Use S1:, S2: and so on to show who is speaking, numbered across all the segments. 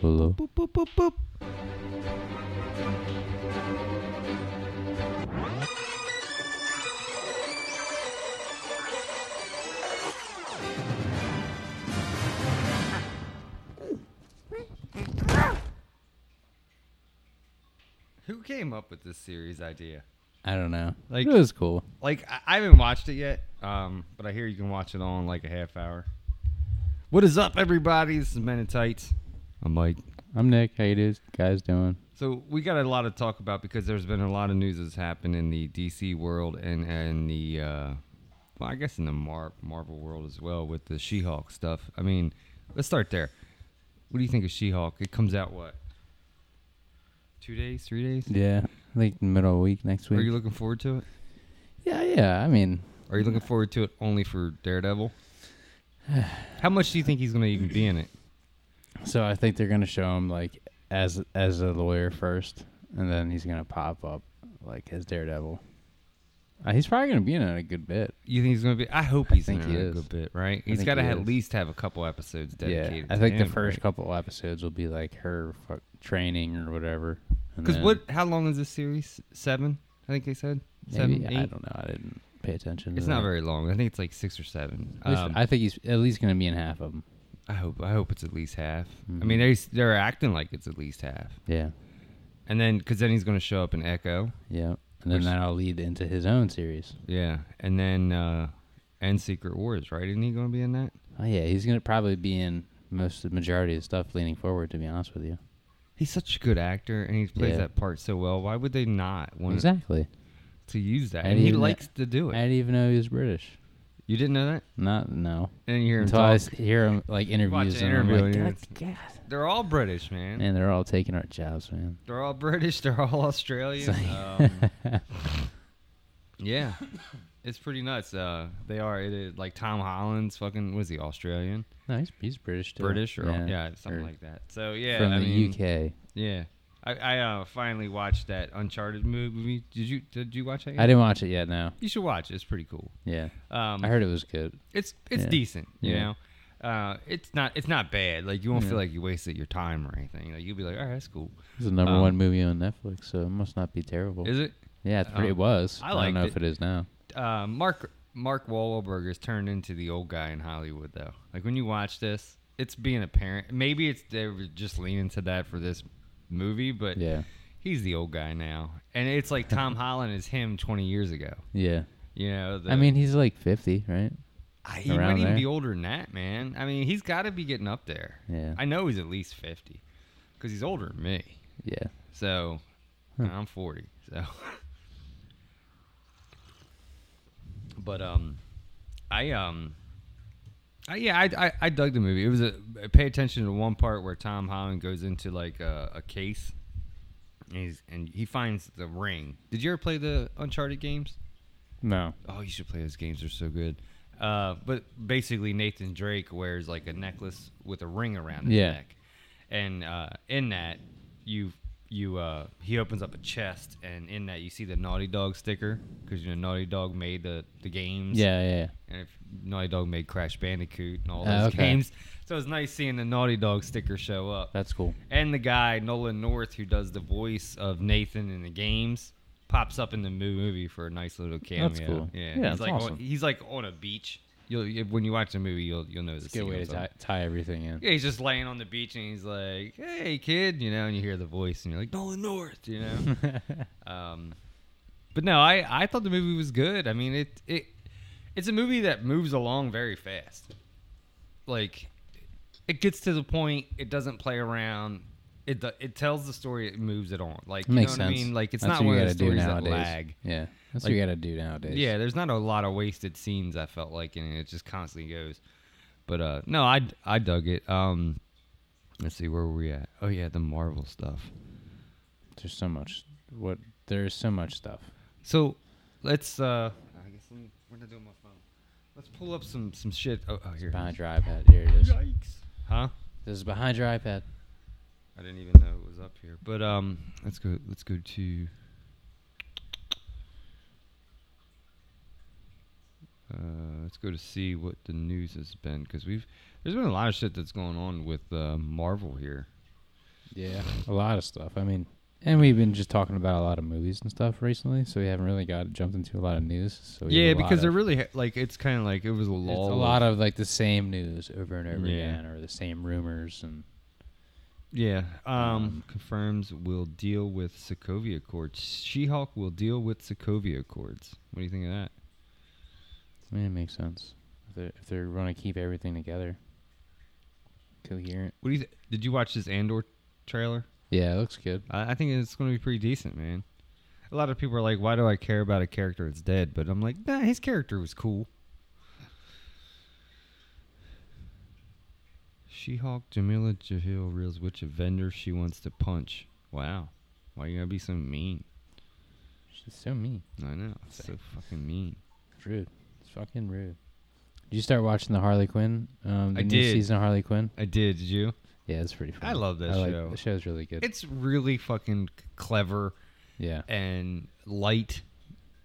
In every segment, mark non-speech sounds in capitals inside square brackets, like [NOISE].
S1: Hello.
S2: Who came up with this series idea?
S1: I don't know.
S2: Like-
S1: Like it was cool.
S2: Like I, I haven't watched it yet, um, but I hear you can watch it all in like a half hour. What is up, everybody? This is Men in Tights. I'm Mike.
S1: I'm Nick. How you do- guys doing?
S2: So we got a lot to talk about because there's been a lot of news that's happened in the DC world and and the uh, well, I guess in the Mar- Marvel world as well with the She-Hulk stuff. I mean, let's start there. What do you think of She-Hulk? It comes out what? Two days, three days?
S1: Yeah. I think middle of week next
S2: Are
S1: week.
S2: you looking forward to it?
S1: yeah, yeah. I mean,
S2: Are you looking forward to it only for Daredevil? [SIGHS] How much do you think he's going to even be in it?
S1: so I think they're gonna show him like as as a lawyer first, and then he's gonna pop up like as Daredevil. Uh, he's probably gonna be in it a good bit.
S2: You think he's going to be? I hope he's
S1: think
S2: in it
S1: he
S2: a
S1: is.
S2: good bit, right? He's
S1: think
S2: got to
S1: he
S2: at
S1: is.
S2: least have a couple episodes dedicated.
S1: yeah. I
S2: to
S1: think the
S2: him,
S1: first
S2: right?
S1: couple episodes will be like her fu- training or whatever. and
S2: Because
S1: then
S2: what? How long is this series? Seven, I think they said.
S1: Maybe,
S2: seven, eight.
S1: I don't know. I didn't pay attention. to
S2: It's not
S1: that.
S2: very long. I think it's like six or seven.
S1: At least-
S2: Um, I,
S1: I think he's at least gonna be in half of them.
S2: hope. I hope it's at least half.
S1: Mm-hmm.
S2: I mean, they're they're acting like it's at least half,
S1: Yeah.
S2: and then because then he's going to show up in Echo.
S1: Yeah. And then
S2: Which-
S1: that'll lead into his own series.
S2: Yeah, and then uh and Secret Wars, right? Isn't he going to be in that?
S1: Oh yeah, he's gonna probably be in most of the majority of stuff leaning forward. To be honest with you,
S2: He's such a good actor, and he plays
S1: Yeah.
S2: that part so well. Why would they not want
S1: exactly.
S2: to use that?
S1: I
S2: And he
S1: didn't-
S2: likes to do
S1: I
S2: it.
S1: didn't even know he was British.
S2: You didn't know that?
S1: Not no.
S2: And you hear him
S1: Until I
S2: talk.
S1: s- hear him like interviews
S2: an
S1: and I'm like,
S2: interview and
S1: "God, God."
S2: They're all British, man.
S1: and they're all taking our jobs, man.
S2: They're all British. [LAUGHS] They're all Australian. Um,
S1: [LAUGHS]
S2: yeah, it's pretty nuts. Uh, they are. It is like Tom Holland's fucking. Was he Australian?
S1: No, he's, he's British too.
S2: British or yeah, something
S1: or
S2: like that. So yeah,
S1: from
S2: I
S1: the
S2: mean,
S1: UK.
S2: Yeah, I, I uh, finally watched that Uncharted movie. Did you did you watch that? Yet?
S1: I didn't watch it yet. No.
S2: You should watch. it. It's pretty cool.
S1: Yeah.
S2: Um,
S1: I heard it was good.
S2: it's it's
S1: yeah.
S2: decent. You
S1: Yeah.
S2: know, uh, it's not it's not bad. Like you won't feel like you wasted your time or anything. Like you'll be like, all right, that's cool.
S1: It's the number
S2: um,
S1: one movie on Netflix, so it must not be terrible.
S2: Is it?
S1: Yeah, it's pretty,
S2: um,
S1: it was.
S2: I
S1: I, don't
S2: liked
S1: know
S2: it.
S1: if it is now.
S2: uh, Mark Mark Wahlberg has turned into the old guy in Hollywood, though. Like when you watch this, it's being apparent. Maybe it's they were just leaning to that for this movie, but
S1: Yeah.
S2: he's the old guy now, and it's like Tom [LAUGHS] Holland is him 20 years ago.
S1: Yeah.
S2: You know, the,
S1: I mean, he's like 50, right?
S2: I- he might
S1: around
S2: even
S1: there.
S2: be older than that, man. I mean, he's got to be getting up there.
S1: Yeah.
S2: I know he's at least 50 because he's older than me.
S1: Yeah.
S2: So and I'm 40. So, [LAUGHS] but um, I um, I, yeah, I, I I dug the movie. It was a pay attention to one part where Tom Holland goes into like a, a case, and, he's, and he finds the ring. Did you ever play the Uncharted games?
S1: No.
S2: Oh, you should play those games. They're so good. Uh, but basically, Nathan Drake wears like a necklace with a ring around his
S1: Yeah.
S2: neck, and uh, in that, you you uh, he opens up a chest, and in that you see the Naughty Dog sticker because you know Naughty Dog made the the games.
S1: Yeah, yeah, yeah.
S2: And if Naughty Dog made Crash Bandicoot and all
S1: Oh,
S2: those
S1: okay.
S2: games, so it's nice seeing the Naughty Dog sticker show up.
S1: That's cool.
S2: And the guy Nolan North, who does the voice of Nathan in the games, pops up in the mo- movie for a nice little cameo.
S1: That's cool.
S2: Yeah,
S1: Yeah,
S2: he's
S1: that's
S2: like
S1: awesome.
S2: on, he's like on a beach. You'll you- when you watch the movie, you'll you'll know the
S1: Good
S2: scene
S1: way
S2: or
S1: to
S2: something.
S1: tie, tie everything in.
S2: Yeah, he's just laying on the beach and he's like, "Hey, kid," you know, and you hear the voice and you're like, "Nolan North," you know.
S1: [LAUGHS]
S2: um, but no, I I thought the movie was good. I mean, it it it's a movie that moves along very fast. Like, it gets to the point. It doesn't play around. It do- it tells the story. It moves it on. Like, you
S1: makes
S2: know what
S1: sense.
S2: I mean? Like, it's
S1: That's
S2: not
S1: what
S2: one
S1: you
S2: of
S1: gotta do
S2: the stories that
S1: nowadays.
S2: lag.
S1: Yeah, that's what you got to do nowadays.
S2: Yeah, there's not a lot of wasted scenes. I felt like, and it just constantly goes. But uh, no, I I dug it. Um, let's see where were we at? Oh yeah, the Marvel stuff.
S1: There's so much. What there's so much stuff.
S2: So let's. Uh, I guess let me, we're not doing my phone. Let's pull up some some shit. Oh, oh here. it
S1: Behind
S2: is.
S1: your iPad. Here it is.
S2: Yikes. Huh?
S1: This is behind your iPad.
S2: I didn't even know it was up here. But um, let's go. Let's go to. Uh, let's go to see what the news has been because we've there's been a lot of shit that's going on with uh, Marvel here.
S1: Yeah. A lot of stuff. I mean, and we've been just talking about a lot of movies and stuff recently, so we haven't really got jumped into a lot of news. So we have a
S2: yeah,
S1: lot
S2: because
S1: of-
S2: they're really ha- like it's kind of like it was a
S1: it's
S2: lull.
S1: a lot of like the same news over and over
S2: Yeah.
S1: again, or the same rumors and
S2: yeah. Um, confirms will deal with Sokovia Accords. She-Hulk will deal with Sokovia Accords. What do you think of that?
S1: I mean, it makes sense if they're, if they're going to keep everything together, coherent.
S2: What do you th- did you watch this Andor trailer?
S1: Yeah, it looks good.
S2: I, I think it's going to be pretty decent, man. A lot of people are like, "Why do I care about a character that's dead?" But I'm like, "Nah, his character was cool." She-Hulk Jamila Jahil reveals which Avenger she wants to punch. Wow, why you gotta be so mean?
S1: She's so mean,
S2: I know, it's so fucking mean.
S1: it's rude. It's fucking rude. Did you start watching the Harley Quinn? Um, the
S2: I
S1: new
S2: did.
S1: season of Harley Quinn.
S2: I did. Did you?
S1: Yeah, it's pretty. Funny.
S2: love that
S1: like-
S2: show.
S1: The show's really good.
S2: It's really fucking c- clever.
S1: yeah,
S2: and light,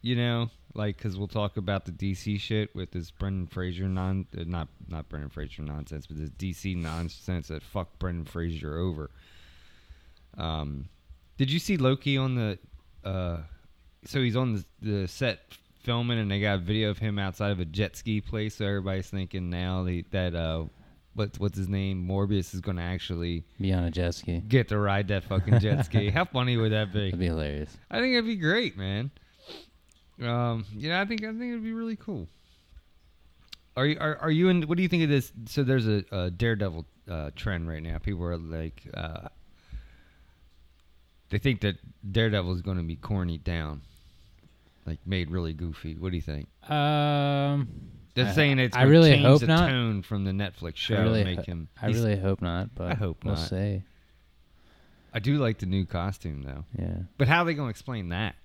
S2: you know, like because we'll talk about the DC shit with this Brendan Fraser non, uh, not not Brendan Fraser nonsense, but this DC nonsense that fucked Brendan Fraser over. Um, did you see Loki on the? Uh, so he's on the, the set filming, and they got a video of him outside of a jet ski place. So everybody's thinking now they, that uh, what what's his name Morbius is going to actually
S1: be on a jet ski.
S2: get to ride that fucking jet ski. How funny would that be?
S1: That'd be hilarious.
S2: I think it'd be great, man. Um, you know, I think I think it'd be really cool. Are you are, are you in? What do you think of this? So there's a, a Daredevil uh, trend right now. People are like, uh, they think that Daredevil is going to be corny down, like made really goofy. What do you think?
S1: Um,
S2: They're
S1: I-
S2: saying it's.
S1: I
S2: gonna
S1: really
S2: change
S1: hope
S2: the
S1: not.
S2: tone from the Netflix show.
S1: I
S2: and
S1: really,
S2: make
S1: ho-
S2: him.
S1: I
S2: he's-
S1: really hope not. But
S2: I hope
S1: we'll
S2: not.
S1: see.
S2: I do like the new costume though.
S1: Yeah.
S2: But how are they going to explain that?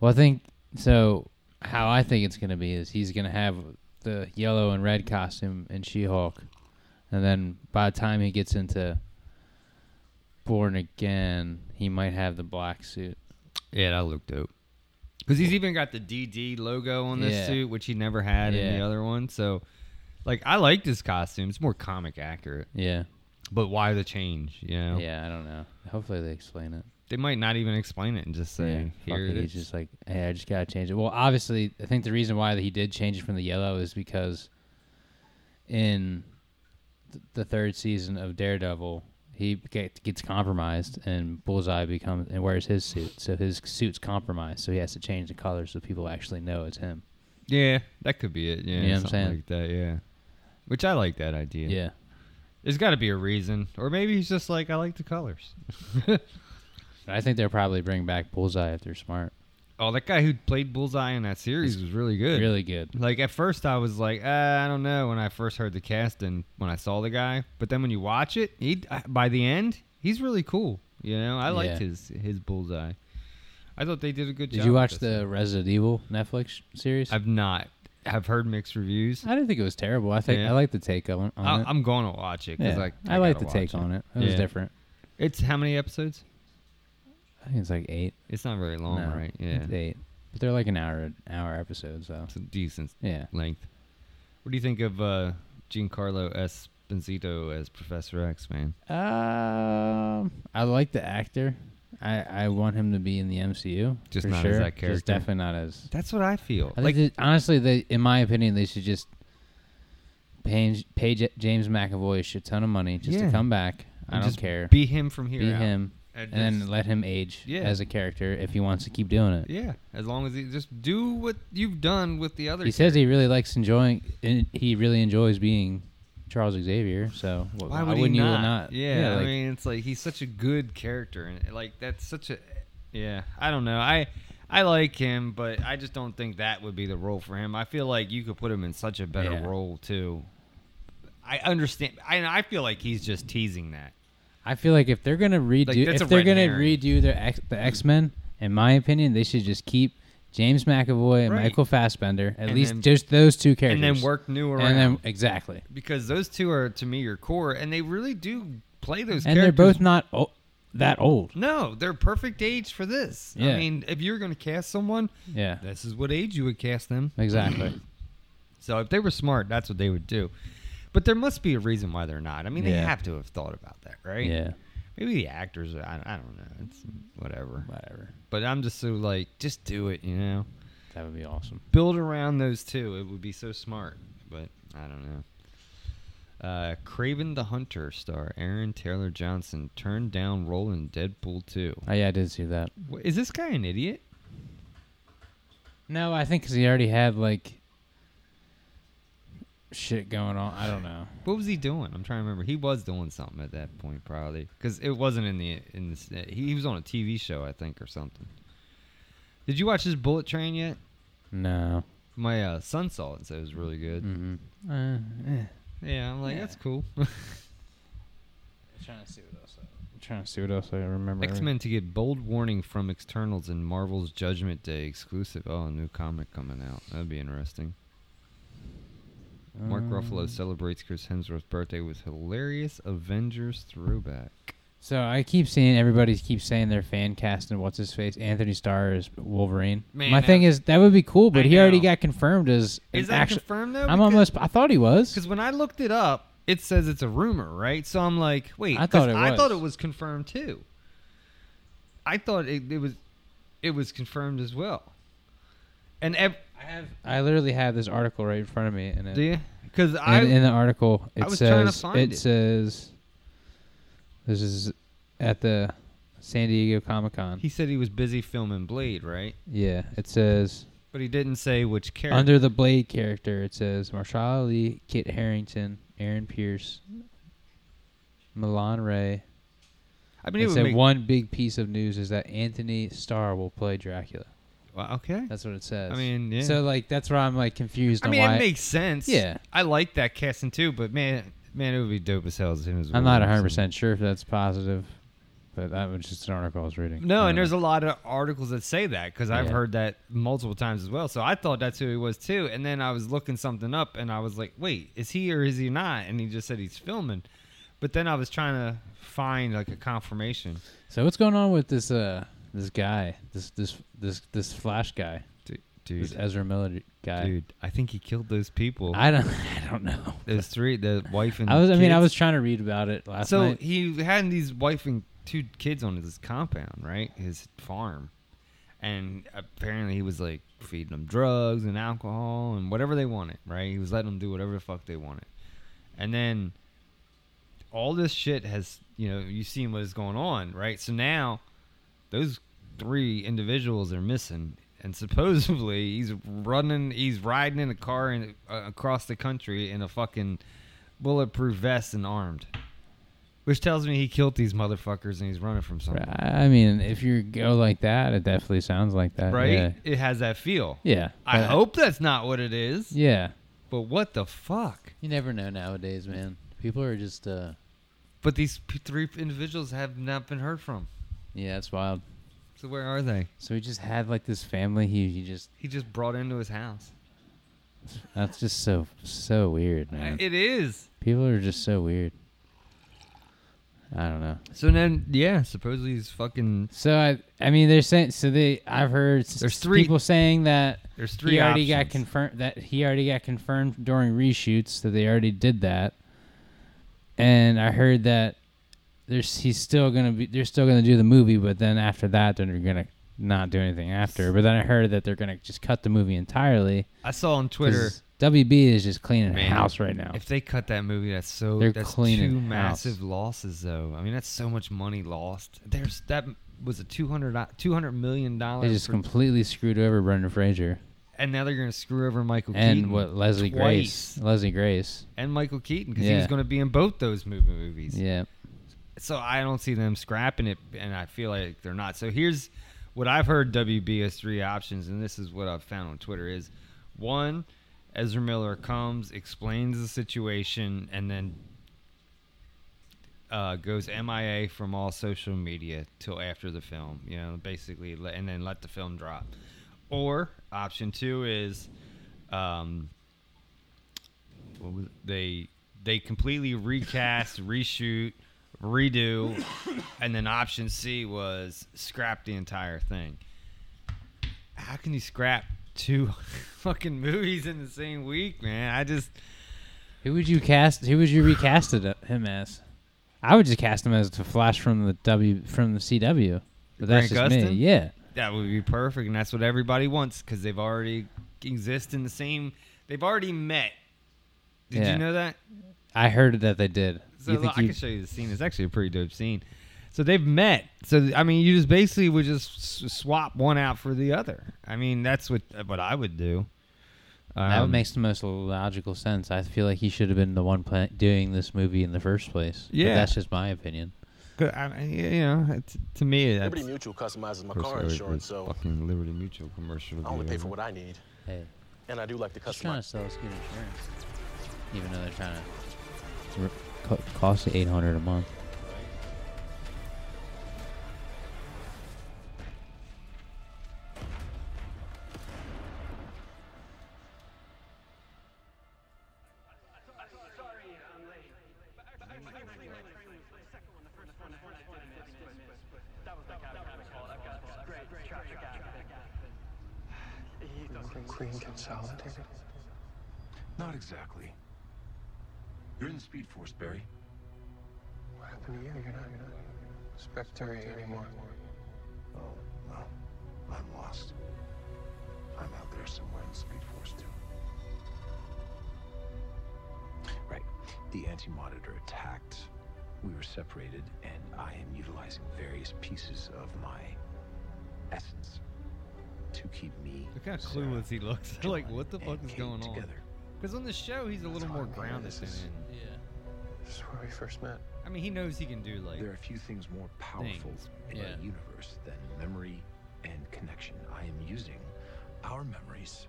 S1: Well, I think so. How I think it's gonna be is he's gonna have the yellow and red costume in She-Hulk, and then by the time he gets into Born Again, he might have the black suit.
S2: Yeah, that looked dope. Because he's even got the DD logo on this
S1: Yeah.
S2: suit, which he never had in the
S1: Yeah.
S2: other one. So, like, I like this costume. It's more comic accurate.
S1: Yeah,
S2: But why the change? You know,
S1: yeah. I don't know. Hopefully they explain it.
S2: they might not even explain it and just say,
S1: yeah,
S2: "Here
S1: fuck it,
S2: it is."
S1: He's just like, hey, I just gotta change it. Well, obviously, I think the reason why he did change it from the yellow is because in th- the third season of Daredevil, he get, gets compromised, and Bullseye becomes and wears his suit, so his suit's compromised, so he has to change the color so people actually know it's him.
S2: yeah, that could be it.
S1: You
S2: Yeah,
S1: know what I'm
S2: something
S1: saying?
S2: like that. Yeah, which I like that idea.
S1: Yeah,
S2: there's got to be a reason, or maybe he's just like, "I like the colors."
S1: But I think they'll probably bring back Bullseye if they're smart.
S2: Oh, that guy who played Bullseye in that series was really good.
S1: Really good.
S2: Like at first, I was like, uh, I don't know. When I first heard the cast and when I saw the guy, but then when you watch it, he I- by the end, he's really cool. You know, I liked
S1: Yeah.
S2: his his bullseye. I thought they did a good job.
S1: Did you watch
S2: with this.
S1: the Resident Evil Netflix series? I've,
S2: I've not. I've heard mixed reviews.
S1: I did not think it was terrible. I think
S2: Yeah.
S1: I like the take on, on
S2: I,
S1: it.
S2: I'm going to watch it because
S1: Yeah,
S2: like
S1: I, like the
S2: gotta
S1: take
S2: watch
S1: on it. It was
S2: Yeah.
S1: different.
S2: It's how many episodes?
S1: I think it's like eight.
S2: It's not very long,
S1: No,
S2: Oh, right? Yeah,
S1: it's eight. But they're like an hour hour episodes, so
S2: it's a decent
S1: yeah.
S2: length. What do you think of uh, Giancarlo Esposito as Professor X, man?
S1: Um, I like the actor. I I want him to be in the MCU.
S2: Just
S1: for
S2: not as
S1: sure.
S2: that
S1: Just
S2: character.
S1: definitely not as.
S2: That's what I feel.
S1: I think that- honestly, they in my opinion, they should just pay, pay J- James McAvoy a shit ton of money just
S2: Yeah.
S1: to come back. I
S2: and
S1: don't
S2: just
S1: care.
S2: Be him from here.
S1: Be
S2: out.
S1: him, and,
S2: And just-
S1: then let him age
S2: Yeah.
S1: as a character if he wants to keep doing it.
S2: Yeah, as long as he just do what you've done with the other.
S1: He says he really likes enjoying. and He really enjoys being Charles Xavier. So wh-
S2: Why would
S1: wouldn't
S2: he
S1: you
S2: not?
S1: not?
S2: Yeah, I
S1: like,
S2: mean, it's like he's such a good character, and like that's such a. Yeah, I don't know. I I like him, but I just don't think that would be the role for him. I feel like you could put him in such a better
S1: Yeah.
S2: role too. I understand. I and I feel like he's just teasing that.
S1: I feel like if they're gonna redo,
S2: Like,
S1: if
S2: that's a
S1: they're
S2: red
S1: gonna
S2: herring.
S1: redo their X, the X Men, in my opinion, they should just keep James McAvoy and
S2: Right.
S1: Michael Fassbender, at
S2: And
S1: least
S2: then-
S1: just those two characters,
S2: And then work new around.
S1: and then exactly,
S2: because those two are to me your core, and they really do play those.
S1: and they're
S2: characters.
S1: both not o- that old.
S2: No, they're perfect age for this.
S1: Yeah.
S2: I mean, if you're going to cast someone,
S1: Yeah,
S2: this is what age you would cast them.
S1: exactly.
S2: So if they were smart, that's what they would do. But there must be a reason why they're not. I mean, they
S1: Yeah.
S2: have to have thought about that, right?
S1: yeah,
S2: Maybe the actors. I, I don't know. It's whatever.
S1: whatever.
S2: But I'm just so like, just do it. You know,
S1: That would be awesome.
S2: build around those two. It would be so smart. But I don't know. Uh, Craven the Hunter star Aaron Taylor Johnson turned down role in Deadpool 2.
S1: Oh yeah, I did see that.
S2: Wh- Is this guy an idiot?
S1: No, I think 'cause he already had like shit going on. I don't know.
S2: What was he doing? I'm trying to remember. He was doing something at that point, probably, because it wasn't in the in the. He, he was on a TV show, I think, or something. Did you watch this Bullet Train yet?
S1: No.
S2: My uh, son saw it and said it was really good.
S1: Mm-hmm. Uh, eh.
S2: Yeah, I'm like,
S1: Yeah.
S2: that's cool. [LAUGHS]
S1: I'm trying to see what else. I, am trying to see what else I remember.
S2: X Men to get bold warning from externals in Marvel's Judgment Day exclusive. Oh, a new comic coming out. That'd be interesting.
S1: Uh,
S2: Mark Ruffalo celebrates Chris Hemsworth's birthday with hilarious Avengers throwback.
S1: So I keep seeing everybody keeps saying they're fan casting what's his face Anthony Starr is Wolverine.
S2: Man,
S1: My
S2: that-
S1: thing is that would be cool, but
S2: I
S1: he already
S2: know.
S1: got confirmed as an
S2: Is that
S1: actu-
S2: confirmed though?
S1: I'm
S2: Because-
S1: almost. I thought he was.
S2: Because when I looked it up, it says it's a rumor, right? So I'm like, wait,
S1: I
S2: 'cause
S1: thought it
S2: I thought
S1: was.
S2: it was confirmed too. I thought it, it was, it was confirmed as well. And ev-
S1: I have. I literally have this article right in front of me, and it,
S2: do you? Because I
S1: and in the article it
S2: I was trying to
S1: says
S2: find
S1: it,
S2: it.
S1: says this is at the San Diego Comic Con.
S2: he said he was busy filming Blade, right?
S1: Yeah, it says
S2: But he didn't say which character.
S1: under the Blade character. It says Marshala Lee, Kit Harrington, Aaron Pierce, Milan Ray.
S2: I mean,
S1: They
S2: it would
S1: said
S2: make-
S1: one big piece of news is that Anthony Starr will play Dracula.
S2: Well, okay.
S1: That's what it says.
S2: I mean, yeah.
S1: So like that's where I'm like confused
S2: I
S1: on
S2: mean,
S1: why
S2: it makes sense.
S1: Yeah.
S2: I like that casting too, but man, man, it would be dope as hell as him as
S1: I'm not
S2: Wolverine, so-
S1: 100 percent sure if that's positive, but that was just an article I was reading.
S2: No,
S1: I
S2: and
S1: don't
S2: there's a lot of articles that say that because I've
S1: Yeah.
S2: heard that multiple times as well. So I thought that's who he was too. And then I was looking something up and I was like, wait, is he or is he not? And he just said he's filming. But then I was trying to find like a confirmation.
S1: So what's going on with this uh this guy this this this this Flash guy
S2: Dude,
S1: this Ezra Miller guy?
S2: dude, I think he killed those people.
S1: I don't [LAUGHS] I don't know.
S2: those three, the wife and
S1: I was I mean I
S2: kids.
S1: was trying to read about it last
S2: So
S1: night.
S2: he had these wife and two kids on his compound, right? His farm. And apparently he was like feeding them drugs and alcohol and whatever they wanted, right? He was letting them do whatever the fuck they wanted. And then all this shit has, you know, you've seen what is going on, right? So now those three individuals are missing. And supposedly [LAUGHS] he's running, he's riding in a car in, uh, across the country in a fucking bulletproof vest and armed. Which tells me he killed these motherfuckers and he's running from something. Right?
S1: I mean if you go like that it definitely sounds like that. Yeah.
S2: It has that feel.
S1: yeah
S2: I
S1: but-
S2: hope that's not what it is.
S1: Yeah.
S2: But what the fuck?
S3: You never know nowadays, man. People are just uh
S2: But these p- three individuals have not been heard from.
S1: Yeah, it's wild.
S2: So where are they?
S1: So he just had like this family he he just
S2: He just brought into his house.
S1: that's just so so weird, man.
S2: It is.
S1: People are just so weird. I don't know.
S2: So then, yeah, supposedly he's fucking.
S1: So I, I mean, they're saying. So they, I've heard s-
S2: There's three-
S1: people saying that
S2: There's
S1: he
S2: three
S1: already got
S2: options.
S1: confirmed that he already got confirmed during reshoots that they already did that, and I heard that there's he's still gonna be they're still gonna do the movie, but then after that they're gonna not do anything after. But then I heard that they're gonna just cut the movie entirely.
S2: I saw on Twitter.
S1: 'cause WB is just cleaning
S2: Man,
S1: house right now.
S2: If they cut that movie, that's so
S1: Oh. They're
S2: that's
S1: cleaning
S2: two
S1: house.
S2: massive losses though. I mean, that's so much money lost. There's that was a 200 do- 200 million
S1: They
S2: dollars,
S1: just completely screwed over Brendan Fraser
S2: and now they're gonna screw over Michael
S1: and
S2: Keaton
S1: what Leslie Grace.
S2: twice.
S1: Leslie Grace.
S2: and Michael Keaton because he
S1: Yeah.
S2: was gonna be in both those movie movies.
S1: Yeah.
S2: So I don't see them scrapping it, and I feel like they're not. So here's what I've heard WB has three options, and this is what I've found on Twitter is one, Ezra Miller comes, explains the situation, and then uh, goes MIA from all social media till after the film. You know, basically, le- and then let the film drop. Or option two is, um, what was they they completely recast, reshoot, redo, and then option C was scrap the entire thing. How can you scrap two [LAUGHS] fucking movies in the same week, man? I just
S1: Who would you cast? Who would you recast it, uh, him as? I would just cast him as the Flash from the W from the CW. But that's
S2: Grant
S1: just me.
S2: Gustin?
S1: Yeah.
S2: That would be perfect, and that's what everybody wants because they've already exist in the same. They've already met. Did
S1: Yeah.
S2: you know that?
S1: I heard that they did.
S2: So
S1: you
S2: look,
S1: think
S2: I
S1: you-
S2: can show you the scene. It's actually a pretty dope scene. So they've met. So th- I mean, you just basically would just s- swap one out for the other. I mean, that's what uh, what I would do.
S1: that
S2: Um,
S1: makes the most logical sense. I feel like he should have been the one pla doing this movie in the first place. But
S2: Yeah.
S1: that's just my opinion.
S2: good- I mean, you know, it's, to me, that's
S4: Liberty Mutual customizes my
S2: of course,
S4: car
S2: I would-
S4: insurance,
S2: would
S4: so
S2: fucking Liberty Mutual commercial. would
S4: I
S2: be
S4: only pay
S2: over.
S4: for what I need,
S1: Hey,
S4: and I do like to
S5: Just trying
S4: customize.
S5: to sell us good insurance.
S1: even though they're trying to it's re- co- cost eight hundred a month.
S6: Clean consolidated.
S7: Not exactly. You're in the Speed Force, Barry.
S6: What happened to you? You're not, you're not Spectre anymore.
S7: Oh, well, I'm lost. I'm out there somewhere in the Speed Force, too. Right. The anti monitor attacked. We were separated, and I am utilizing various pieces of my essence to keep me.
S2: Look how
S7: Sarah,
S2: clueless he looks. [LAUGHS] like,
S7: John,
S2: what the
S7: and
S2: fuck is
S7: Kate
S2: going on?
S7: together.
S2: Because on the show, he's a little more grounded.
S6: This
S2: Than
S6: is-
S2: in-
S6: This is where we first met.
S2: I mean, he knows he can do like.
S7: There are few things more powerful
S2: Things.
S7: in
S5: Yeah.
S7: the universe than memory and connection. I am using our memories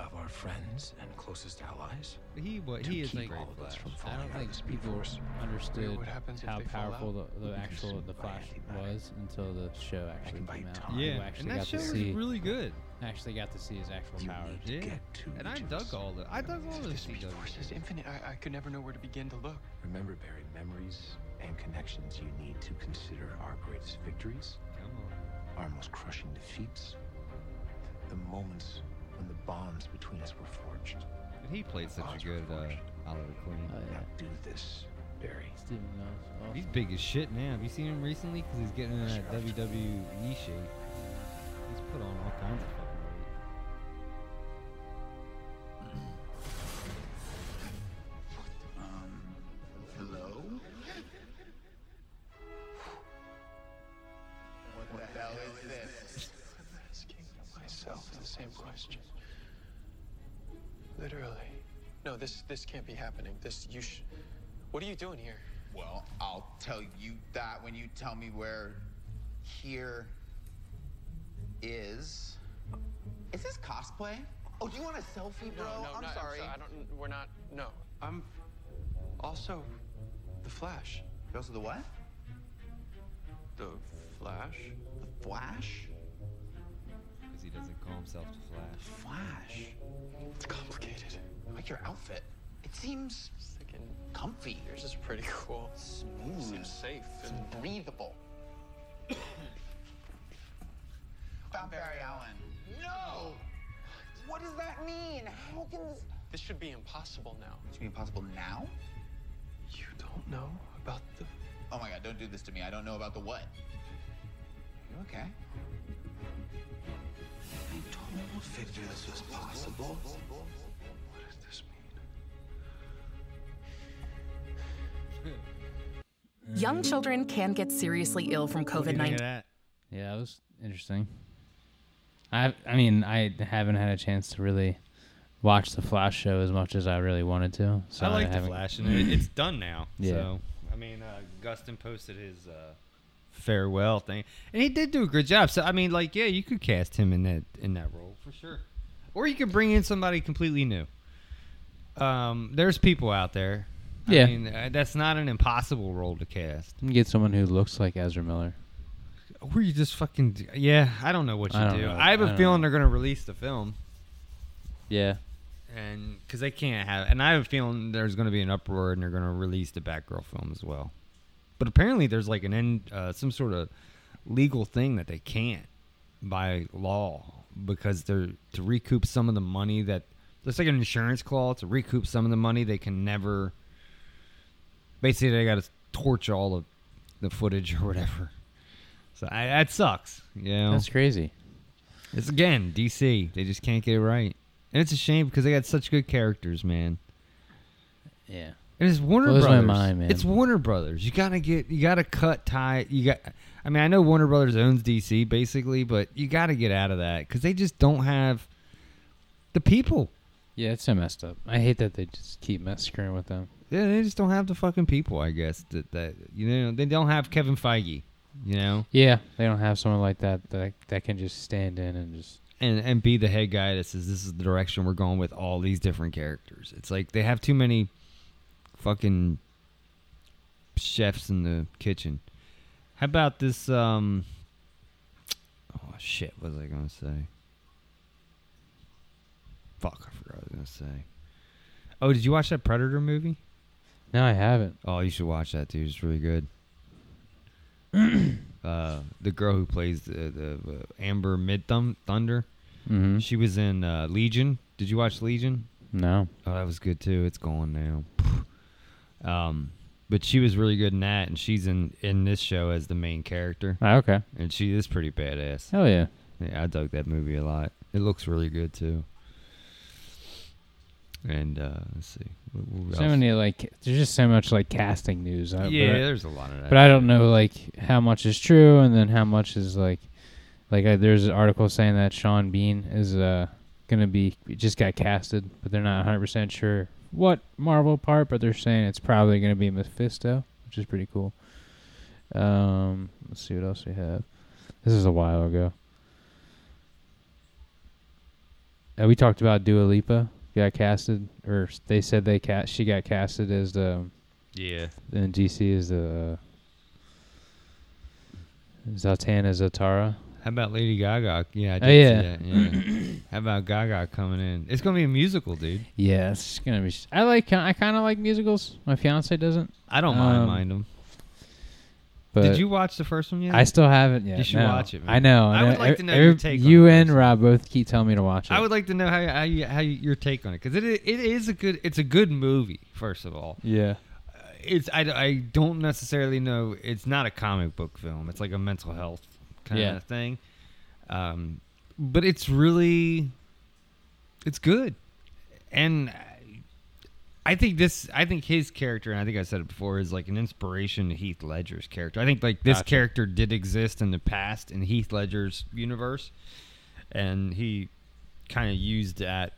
S7: of our friends and closest allies
S2: He what?
S7: to
S2: He is
S7: keep
S2: like.
S7: all of us from
S5: I
S7: falling
S5: don't
S7: out of
S5: think
S7: the Speed
S5: people
S7: Force.
S5: understood
S6: what happens if
S5: how
S6: they fall
S5: powerful
S6: out?
S5: the,
S7: We'll
S5: the
S7: be
S5: actual
S7: consumed
S5: the
S7: by
S5: Flash
S7: antimatter.
S5: was until the show actually
S7: by
S5: came out.
S7: time.
S5: and you
S2: Yeah,
S5: actually
S2: and that
S5: got
S2: show
S5: to
S2: was
S5: see
S2: really good.
S5: actually got to see his actual
S7: You
S5: powers.
S7: need to
S2: Yeah.
S7: get to
S2: and
S7: the
S2: I
S7: gems.
S2: dug all the. I dug all
S6: The
S2: the
S6: Speed Force is infinite. I, I could never know where to begin to look.
S7: Remember, Barry, memories and connections you need to consider our greatest victories, our most crushing defeats, the moments when the bonds between us were forged.
S2: And he played such a
S7: Oscar
S2: good uh,
S7: Forge.
S2: Oliver Queen.
S5: Oh yeah,
S7: Now do this, Barry.
S5: Stephen Moss.
S2: He's big as shit now. Have you seen him recently? Because he's getting in that WWE shape. He's put on all kinds of fucking weight.
S6: Asking myself the same question. Literally. No, this this can't be happening. This you sh- What are you doing here?
S8: Well, I'll tell you that when you tell me where here is. Is this cosplay? Oh, do you want a selfie, bro?
S6: no,
S8: I'm
S6: not-
S8: sorry.
S6: so- I don't. We're not. No, I'm. Also, the Flash.
S8: Those are the what?
S6: The Flash.
S8: The Flash?
S2: Because he doesn't call himself the Flash.
S8: Flash.
S6: It's complicated.
S8: I Like your outfit. It seems
S6: Thinking
S8: comfy.
S6: yours is pretty cool.
S8: Smooth.
S6: Seems safe
S8: It's
S6: and [COUGHS]
S8: breathable. Found Barry Allen. No! What does that mean? How can this.
S6: This should be impossible now.
S8: It should be impossible now?
S6: You don't know about the.
S8: Oh my god, don't do this to me. I don't know about the what. You okay?
S7: I told Victor this was possible. What does this mean?
S9: Young children can get seriously ill from COVID 19.
S2: that.
S1: Yeah, that was interesting. I I mean I haven't had a chance to really watch the Flash show as much as I really wanted to. So
S2: I like the
S1: haven't-
S2: Flash, and it, it's done now.
S1: [CLEARS THROAT] Yeah.
S2: So I mean, uh, Gustin posted his uh, farewell thing, and he did do a good job. So I mean, like, yeah, you could cast him in that in that role for sure. Or you could bring in somebody completely new. Um, there's people out there.
S1: Yeah.
S2: I mean, uh, that's not an impossible role to cast.
S1: You can get someone who looks like Ezra Miller.
S2: Or you just fucking. d- Yeah, I don't know what you
S1: I don't
S2: do.
S1: know.
S2: I have
S1: I
S2: a
S1: don't
S2: feeling
S1: know.
S2: they're going to release the film.
S1: Yeah.
S2: and because they can't have, and I have a feeling there's going to be an uproar, and they're going to release the Batgirl film as well. But apparently, there's like an end, uh, some sort of legal thing that they can't by law because they're to recoup some of the money that there's like an insurance clause to recoup some of the money they can never. Basically, they got to torch all of the footage or whatever. So I, that sucks. Yeah,
S1: That's crazy.
S2: it's again DC. They just can't get it right, and it's a shame because they got such good characters, man.
S1: Yeah.
S2: And it's Warner
S1: Blows my
S2: Brothers.
S1: mind, man.
S2: It's Warner Brothers. You gotta get, you gotta cut tie. You got. I mean, I know Warner Brothers owns DC basically, but you gotta get out of that because they just don't have the people.
S1: Yeah, it's so messed up. I hate that they just keep mess screwing with them.
S2: Yeah, they just don't have the fucking people. I guess that that you know they don't have Kevin Feige. You know,
S1: Yeah, they don't have someone like that that that can just stand in and just
S2: and and be the head guy that says this is the direction we're going with all these different characters. It's like they have too many fucking chefs in the kitchen. How about this? Um, oh shit, what was I gonna say? Fuck, I forgot what I was gonna say. Oh, did you watch that Predator movie?
S1: No, I haven't.
S2: Oh, you should watch that, dude. It's really good. uh, the girl who plays the, the uh, Amber Mid Thunder,
S1: Mm-hmm.
S2: she was in uh, Legion. Did you watch Legion?
S1: No.
S2: Oh, that was good too. It's gone now. [SIGHS] Um, but she was really good in that, and she's in in this show as the main character,
S1: Ah, okay.
S2: and she is pretty badass.
S1: Hell yeah.
S2: Yeah, I dug that movie a lot. It looks really good too. And uh, let's see. What, what
S1: So
S2: else?
S1: many like there's just so much like casting news. I,
S2: yeah,
S1: but I-
S2: there's a lot of that.
S1: but I don't know like how much is true and then how much is like like I, there's an article saying that Sean Bean is uh gonna be just got casted, but they're not 100 percent sure what Marvel part, but they're saying it's probably gonna be Mephisto, which is pretty cool. Um, let's see what else we have. This is a while ago. Uh, we talked about Dua Lipa got casted, or s- they said they cast. She got casted as um, the
S2: Yeah.
S1: and GC is the uh, Zatanna Zatara.
S2: How about Lady Gaga? Yeah, I
S1: Oh,
S2: did
S1: yeah.
S2: see
S1: [CLEARS THROAT]
S2: that. Yeah. How about Gaga coming in? It's gonna be a musical, dude.
S1: Yeah, it's just gonna be. s- I like. ki- I kind of like musicals. My fiance doesn't.
S2: I don't mind
S1: Um,
S2: mind them.
S1: But
S2: Did you watch the first one yet?
S1: I still haven't yet.
S2: You should
S1: no.
S2: watch it,
S1: I
S2: man.
S1: know.
S2: I
S1: know.
S2: would like
S1: Ev-
S2: to know your
S1: ev-
S2: take on
S1: You
S2: it
S1: and
S2: first.
S1: Rob both keep telling me to watch it.
S2: I would like to know how how, you, how you, your take on it because it i- it is a good it's a good movie. First of all,
S1: Yeah.
S2: it's I, d- I don't necessarily know. It's not a comic book film. It's like a mental health kind
S1: Yeah.
S2: of thing. Um, but it's really it's good, and I- I think this. I think his character, and I think I said it before, is like an inspiration to Heath Ledger's character. I think like this character did exist in the past in Heath Ledger's universe, and he kind of used that.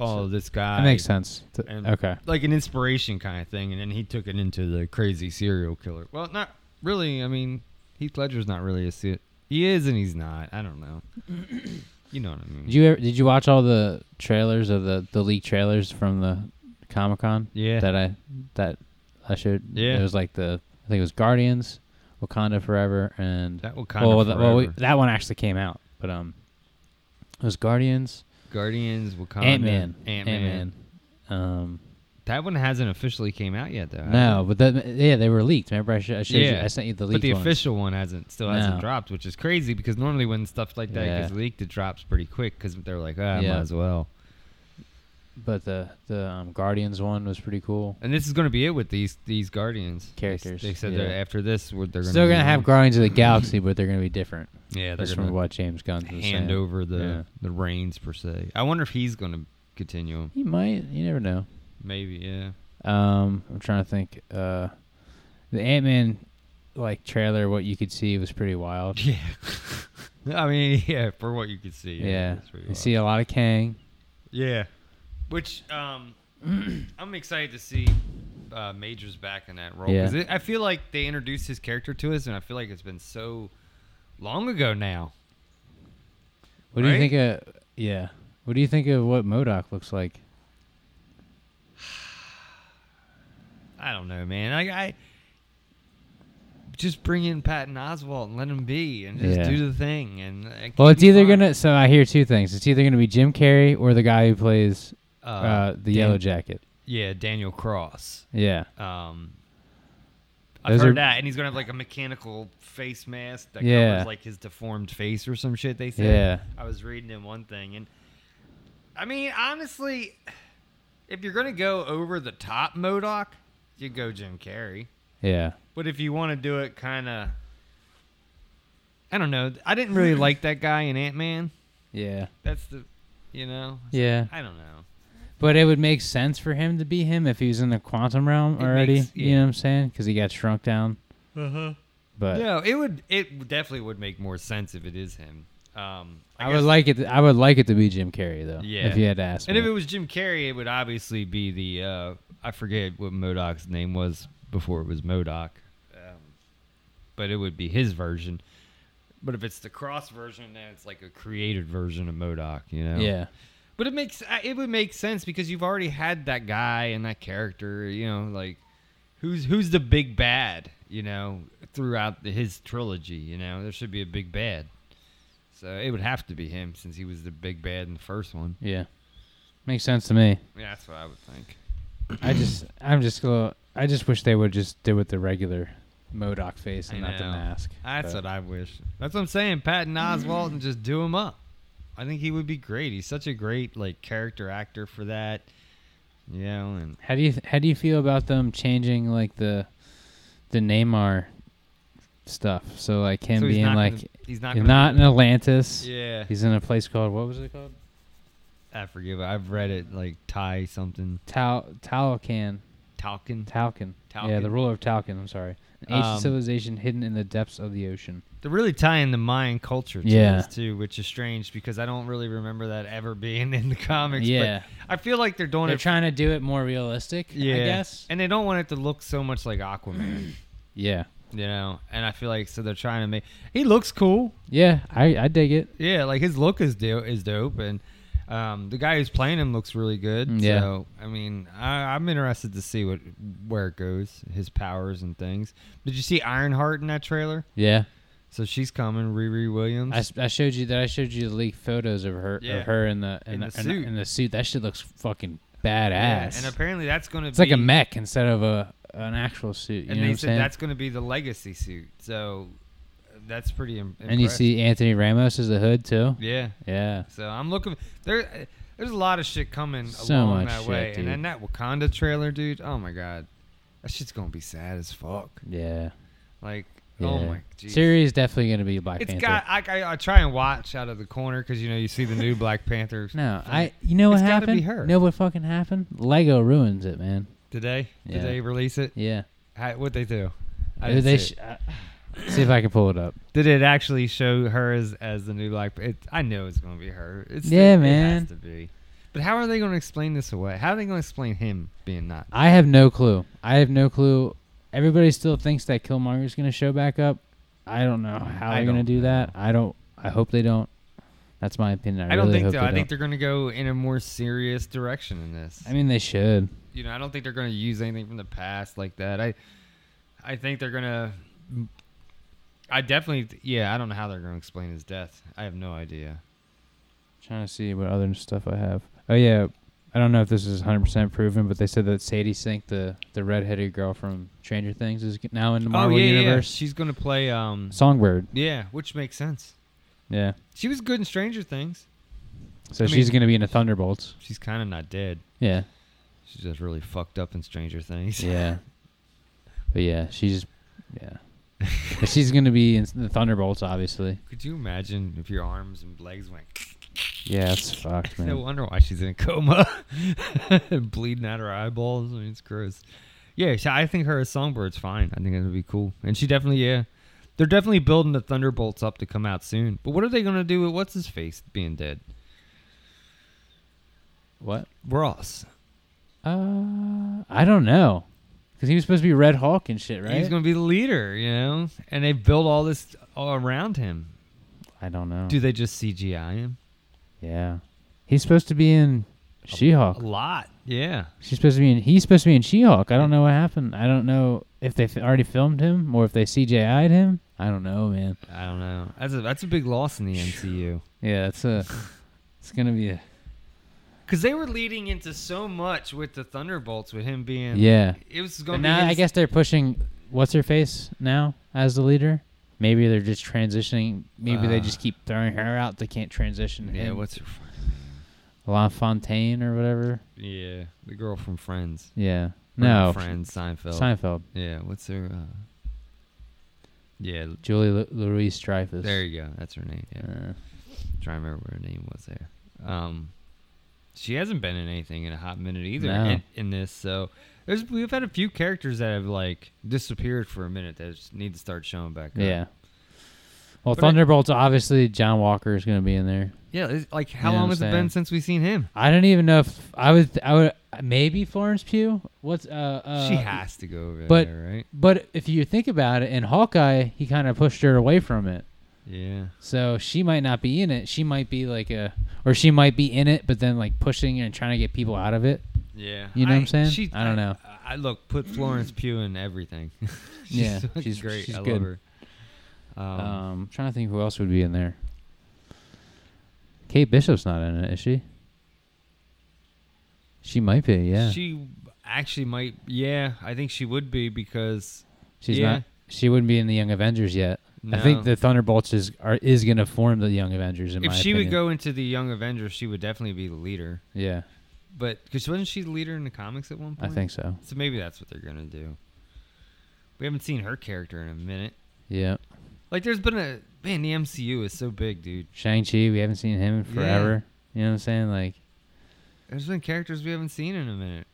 S2: Oh, this guy
S1: That makes sense. Th-
S2: and
S1: okay.
S2: like an inspiration kind of thing and then he took it into the crazy serial killer well not really i mean heath ledger's not really a se- he is and he's not i don't know [COUGHS] you know what i mean
S1: Did you ever, did you watch all the trailers of the the leaked trailers from the Comic Con?
S2: Yeah.
S1: That I that I showed.
S2: Yeah.
S1: It was like the I think it was Guardians, Wakanda Forever, and
S2: That Wakanda
S1: well, that- well, we-
S2: Forever.
S1: that one actually came out, but um, it was Guardians,
S2: guardians wakanda
S1: Ant Man,
S2: Oh, ant-man
S1: Um,
S2: that one hasn't officially came out yet though
S1: no, but that yeah, they were leaked. Remember, I, sh- I showed you, I sent you the leaked
S2: But the
S1: ones.
S2: official one hasn't still hasn't
S1: No.
S2: dropped, which is crazy because normally when stuff like that
S1: Yeah.
S2: gets leaked, it drops pretty quick because they're like, ah,
S1: Yeah.
S2: might as well.
S1: But the the um, Guardians one was pretty cool.
S2: And this is going to be it with these these guardians They s-
S1: Characters,
S2: They, said
S1: yeah.
S2: that after this, we're- they're
S1: Still
S2: gonna
S1: gonna
S2: [LAUGHS]
S1: have Guardians of the Galaxy, but they're gonna be different.
S2: yeah, they're
S1: That's
S2: gonna-
S1: from what James Gunn was
S2: hand
S1: saying.
S2: over the
S1: Yeah.
S2: the reins per se. I wonder if he's going to continue. 'em.
S1: He might. You never know.
S2: Maybe, yeah.
S1: Um, I'm trying to think. Uh, the Ant Man like trailer, what you could see was pretty wild.
S2: Yeah. I mean, [LAUGHS] yeah, [LAUGHS] for what you could see.
S1: Yeah,
S2: that's pretty
S1: you
S2: wild.
S1: see a lot of Kang.
S2: Yeah. Which um, [CLEARS THROAT] I'm excited to see uh, Majors back in that role.
S1: Yeah.
S2: 'cause it- I feel like they introduced his character to us, and I feel like it's been so long ago now.
S1: What do
S2: Right?
S1: you think? Of, yeah. What do you think of what Modoc looks like?
S2: I don't know, man. I, I just bring in Patton Oswalt and let him be, and just
S1: Yeah.
S2: do the thing. And uh, it
S1: Well,
S2: can
S1: it's
S2: be
S1: either
S2: fun.
S1: gonna. So I hear two things. It's either gonna be Jim Carrey or the guy who plays
S2: Uh,
S1: uh, the
S2: Dan-
S1: Yellow Jacket.
S2: Yeah, Daniel Cross.
S1: Yeah.
S2: Um, I've
S1: Those
S2: heard
S1: are-
S2: that, and he's gonna have like a mechanical face mask that
S1: Yeah.
S2: covers like his deformed face or some shit. They said.
S1: Yeah.
S2: I was reading in one thing, and I mean, honestly, if you're gonna go over the top Modoc, you go Jim Carrey.
S1: Yeah.
S2: But if you want to do it, kind of, I don't know. I didn't
S1: Hmm.
S2: really like that guy in Ant Man.
S1: Yeah.
S2: That's the, you know,
S1: Yeah.
S2: I don't know.
S1: But it would make sense for him to be him if he was in the quantum realm
S2: It
S1: already.
S2: makes-
S1: You
S2: yeah. Uh-huh.
S1: know what I'm saying? Because he got shrunk down. Uh huh. But
S2: No, it would. It definitely would make more sense if it is him. Um,
S1: I,
S2: guess-
S1: would like it. I would like it to be Jim Carrey though.
S2: Yeah.
S1: If you had to ask
S2: And
S1: me.
S2: if it was Jim Carrey, it would obviously be the uh, I forget what Modoc's name was before it was Modoc, um, but it would be his version. But if it's the cross version, then it's like a created version of Modoc, you know?
S1: yeah.
S2: But it makes I- it would make sense because you've already had that guy and that character, you know, like who's who's the big bad, you know, throughout the, his trilogy, you know, there should be a big bad. So it would have to be him since he was the big bad in the first one.
S1: Yeah. Makes sense to me.
S2: Yeah, that's what I would think.
S1: I
S2: [COUGHS]
S1: just, I'm just gonna, I just wish they would just do with the regular Modoc face and not the mask.
S2: That's
S1: but-
S2: what I wish. That's what I'm saying. Patton Oswalt and just do him up. I think he would be great. He's such a great like character actor for that. You know, and
S1: How do you, th- how do you feel about them changing like the, the Neymar stuff? So like him
S2: so he's
S1: being
S2: not
S1: like,
S2: gonna, he's not
S1: he's
S2: gonna
S1: not in Atlantis.
S2: Yeah,
S1: He's in a place called what was it called?
S2: I forgive. I've read it like Thai something
S1: Tal Talcan.
S2: Talkin.
S1: Talcan. Yeah, the
S2: Talcan.
S1: ruler of Talcan. I'm sorry. An ancient
S2: Um,
S1: civilization hidden in the depths of the ocean.
S2: They're really tying the Mayan culture to
S1: Yeah.
S2: this too, which is strange because I don't really remember that ever being [LAUGHS] in the comics.
S1: Yeah.
S2: but I feel like they're doing
S1: They're
S2: it.
S1: trying to do it more realistic.
S2: yeah,
S1: I guess.
S2: and they don't want it to look so much like Aquaman.
S1: Yeah.
S2: you know and i feel like so they're trying to make he looks cool
S1: Yeah, I, I dig it.
S2: yeah like his look is do- is dope and um, the guy who's playing him looks really good
S1: Mm, Yeah.
S2: so i mean I, i'm interested to see what where it goes his powers and things did you see ironheart in that trailer
S1: Yeah.
S2: so she's coming riri williams
S1: I, s- I showed you that I showed you the leaked photos of her
S2: Yeah.
S1: of her in the in,
S2: In
S1: the,
S2: the
S1: in the-
S2: suit.
S1: in the suit. That shit looks fucking
S2: Yeah,
S1: badass.
S2: and apparently that's going to
S1: it's
S2: be
S1: like a mech instead of a an actual suit. You know what
S2: and they
S1: I'm
S2: said
S1: saying?
S2: that's going to be the legacy suit so uh, that's pretty Im-
S1: and you
S2: impressive.
S1: see Anthony Ramos as the hood too.
S2: yeah
S1: Yeah.
S2: So I'm looking there. uh, There's a lot of shit coming
S1: So
S2: along
S1: much
S2: that
S1: shit,
S2: way,
S1: dude.
S2: and then that Wakanda trailer, dude. Oh my god, that shit's gonna be sad as fuck.
S1: Yeah.
S2: Like,
S1: yeah.
S2: oh my, jeez.
S1: Siri is definitely gonna be Black
S2: It's
S1: Panther.
S2: got. I, I, I try and watch out of the corner because you know you see the new Black Panther.
S1: no,
S2: thing.
S1: I. You know what
S2: It's gotta
S1: happened?
S2: be her.
S1: You know what fucking happened? Lego ruins it, man.
S2: did they did
S1: Yeah.
S2: they release it?
S1: Yeah.
S2: How, what they do? I
S1: They
S2: didn't see
S1: sh-
S2: it.
S1: I- see if I [SIGHS] can pull it up.
S2: Did it actually show her as as the new Black? It, I know it's gonna be her. It's
S1: Yeah,
S2: it
S1: man.
S2: Has to be. But how are they gonna explain this away? How are they gonna explain him being not?
S1: I have no clue. I have no clue. Everybody still thinks that Killmonger's going to show back up. I don't know how
S2: Mm, I
S1: they're going to
S2: don't
S1: do that.
S2: know.
S1: I don't. I hope they don't. That's my opinion. I,
S2: I don't
S1: really
S2: think
S1: hope
S2: though.
S1: they
S2: I
S1: don't.
S2: think they're going to go in a more serious direction in this.
S1: I mean, they should.
S2: you know, I don't think they're going to use anything from the past like that. I, I think they're going to. I definitely, yeah. I don't know how they're going to explain his death. I have no idea.
S1: trying to see what other stuff I have. Oh yeah, I don't know if this is 100% proven, but they said that Sadie Sink, the the redheaded girl from Stranger Things, is g- now in the Marvel
S2: oh yeah,
S1: universe.
S2: yeah. She's going to play. Um,
S1: Songbird.
S2: yeah, which makes sense.
S1: Yeah.
S2: She was good in Stranger Things.
S1: So
S2: I mean-
S1: she's going to be in the Thunderbolts.
S2: She's kind of not dead.
S1: Yeah.
S2: She's just really fucked up in Stranger Things.
S1: Yeah. but yeah, she's yeah. But she's gonna be in the Thunderbolts, obviously.
S2: [LAUGHS] Could you imagine if your arms and legs went?
S1: Yeah, it's fucked,
S2: No
S1: man.
S2: wonder why she's in a coma, [LAUGHS] bleeding out her eyeballs. I mean, it's gross. Yeah, so I think her as Songbird's fine. I think it would be cool, and she definitely, yeah, they're definitely building the Thunderbolts up to come out soon. But what are they gonna do with what's his face being dead?
S1: What?
S2: Ross.
S1: Uh, I don't know, because he was supposed to be Red Hawk and shit, right?
S2: He's gonna be the leader, you know, and they built all this all around him.
S1: I don't know.
S2: Do they just CGI him?
S1: Yeah. He's supposed to be in She-Hulk.
S2: A lot. Yeah.
S1: She's supposed to be in. He's supposed to be in She-Hulk. I don't know what happened. I don't know if they f- already filmed him or if they CGI'd him. I don't know, man.
S2: I don't know. That's a that's a big loss in the MCU.
S1: Yeah, it's a. It's gonna be a.
S2: Because they were leading into so much with the Thunderbolts, with him being
S1: Yeah.
S2: It was
S1: But
S2: going.
S1: now I guess they're pushing what's her face now as the leader. Maybe they're just transitioning. Maybe they
S2: Uh.
S1: just keep throwing her out. They can't transition.
S2: Yeah.
S1: him.
S2: What's
S1: La Fontaine or whatever?
S2: yeah the girl from Friends?
S1: Yeah.
S2: Or
S1: No.
S2: not Friends Seinfeld.
S1: Seinfeld.
S2: Yeah. What's her? Uh, yeah. l-
S1: Julie Lu- Louise Dreyfus.
S2: There you go. That's her name. Yeah.
S1: Uh,
S2: Trying to remember what her name was there. Um, she hasn't been in anything in a hot minute either
S1: No.
S2: in, in this. So there's we've had a few characters that have like disappeared for a minute that just need to start showing back up.
S1: yeah. Well,
S2: But I-
S1: Thunderbolts, obviously, John Walker is going to be in there.
S2: Yeah. it's Like how
S1: You know
S2: long
S1: what
S2: has
S1: I'm
S2: it been
S1: saying?
S2: since we seen him?
S1: I don't even know if I would, I would, maybe Florence Pugh. What's, uh, uh,
S2: she has to go over
S1: but-
S2: there, right?
S1: But if you think about it, in Hawkeye, he kind of pushed her away from it.
S2: Yeah.
S1: So she might not be in it. She might be like a, or she might be in it, but then like pushing and trying to get people out of it.
S2: Yeah.
S1: You know what I'm saying? I don't know.
S2: I, I look put Florence Pugh in everything. [LAUGHS] [LAUGHS] she's
S1: Yeah,
S2: fucking
S1: she's-
S2: great.
S1: she's
S2: I love
S1: good.
S2: her. Um,
S1: Um, trying to think who else would be in there. Kate Bishop's not in it, is she? She might be, yeah.
S2: She actually might. Yeah, I think she would be because
S1: She's
S2: yeah.
S1: not. She wouldn't be in the Young Avengers yet. I
S2: No.
S1: think the Thunderbolts is are, is gonna form the Young Avengers. In
S2: if
S1: my
S2: she would
S1: opinion.
S2: go into the Young Avengers, she would definitely be the leader.
S1: yeah,
S2: But because wasn't she the leader in the comics at one
S1: I
S2: point?
S1: think so.
S2: so. Maybe that's what they're gonna do. We haven't seen her character in a minute.
S1: Yeah,
S2: Like, there's been a man. The MCU is so big, dude.
S1: Shang Chi. We haven't seen him in
S2: Yeah.
S1: forever. You know what I'm saying? Like,
S2: There's been characters we haven't seen in a minute.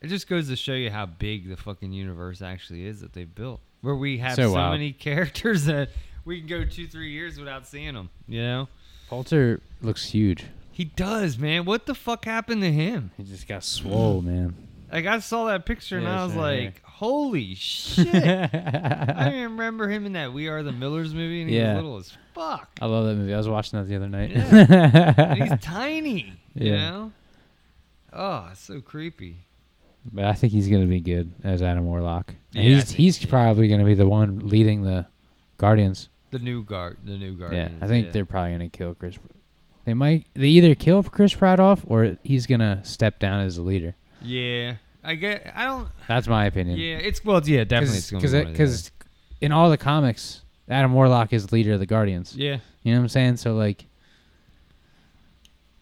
S2: It just goes to show you how big the fucking universe actually is that they've built. Where we have
S1: So
S2: so,
S1: wild.
S2: many [LAUGHS] characters that we can go two, three years without seeing them. You know?
S1: Poulter looks huge.
S2: He does, man. What the fuck happened to him?
S1: He just got swole, [LAUGHS] man.
S2: Like, I saw that picture and
S1: Yeah,
S2: I was
S1: same here.
S2: like,
S1: [LAUGHS]
S2: holy shit. I remember him in that We Are the Millers movie and he
S1: Yeah.
S2: was little as fuck.
S1: I love that movie. I was watching that the other night.
S2: And he's tiny, you
S1: Yeah.
S2: know? Oh, it's so creepy.
S1: [LAUGHS] But I think he's gonna be good as Adam Warlock. And
S2: Yeah, I
S1: he's
S2: think-
S1: he's probably gonna be the one leading the Guardians.
S2: The new guard, the new guard.
S1: yeah, I think they're probably gonna kill Chris. They might they either kill Chris Pratt off or he's gonna step down as the leader.
S2: Yeah, I get. I don't.
S1: That's my opinion.
S2: Yeah, it's well. Yeah, definitely. it's gonna be one or the other.
S1: because in all the comics, Adam Warlock is the leader of the Guardians.
S2: yeah,
S1: You know what I'm saying? So like,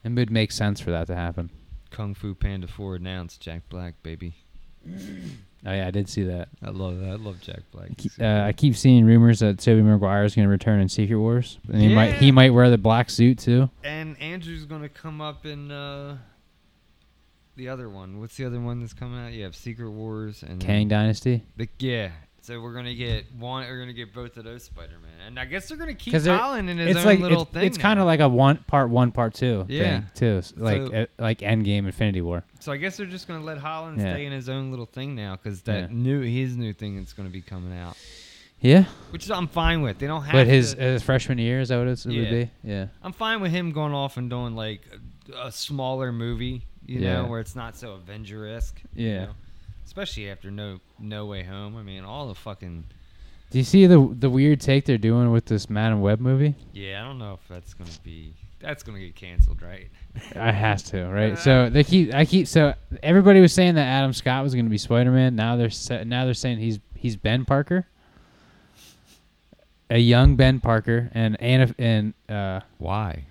S1: it would make sense for that to happen.
S2: Kung Fu Panda Four announced Jack Black, baby.
S1: Oh yeah, I did see that.
S2: I love that. I love Jack Black.
S1: Uh, I keep seeing rumors that Tobey Maguire is going to return in Secret Wars, and he might he
S2: Yeah.
S1: might wear the black suit too.
S2: and Andrew's gonna come up in uh, the other one. What's the other one that's coming out? You have Secret Wars and
S1: Kang Dynasty.
S2: The, yeah. So we're gonna get one. We're gonna get both of those Spider-Man, and I guess they're gonna keep
S1: 'Cause they're-
S2: Holland in his
S1: It's
S2: own
S1: like
S2: little
S1: it's,
S2: thing.
S1: it's kind of like a one part one part two
S2: Yeah.
S1: thing too, S- like
S2: So-
S1: uh, like Endgame, Infinity War.
S2: So I guess they're just gonna let Holland
S1: Yeah.
S2: stay in his own little thing now, because that
S1: Yeah.
S2: new his new thing that's gonna be coming out,
S1: Yeah,
S2: which is, I'm fine with. They don't have.
S1: but his uh,
S2: to-
S1: his freshman year is that what it's, it
S2: Yeah.
S1: would be? Yeah,
S2: I'm fine with him going off and doing like a, a smaller movie, you
S1: Yeah.
S2: know, where it's not so Avenger esque.
S1: Yeah.
S2: Especially after no no way home. I mean, all the fucking
S1: Do you see the the weird take they're doing with this Madam Web movie?
S2: yeah. I don't know if that's gonna be that's gonna get canceled, right? [LAUGHS]
S1: I has to,
S2: Uh-huh.
S1: right? So they keep I keep so everybody was saying that Adam Scott was going to be Spider-Man. Now they're sa- now they're saying he's he's Ben Parker. A young Ben Parker and Anna and uh
S2: Why?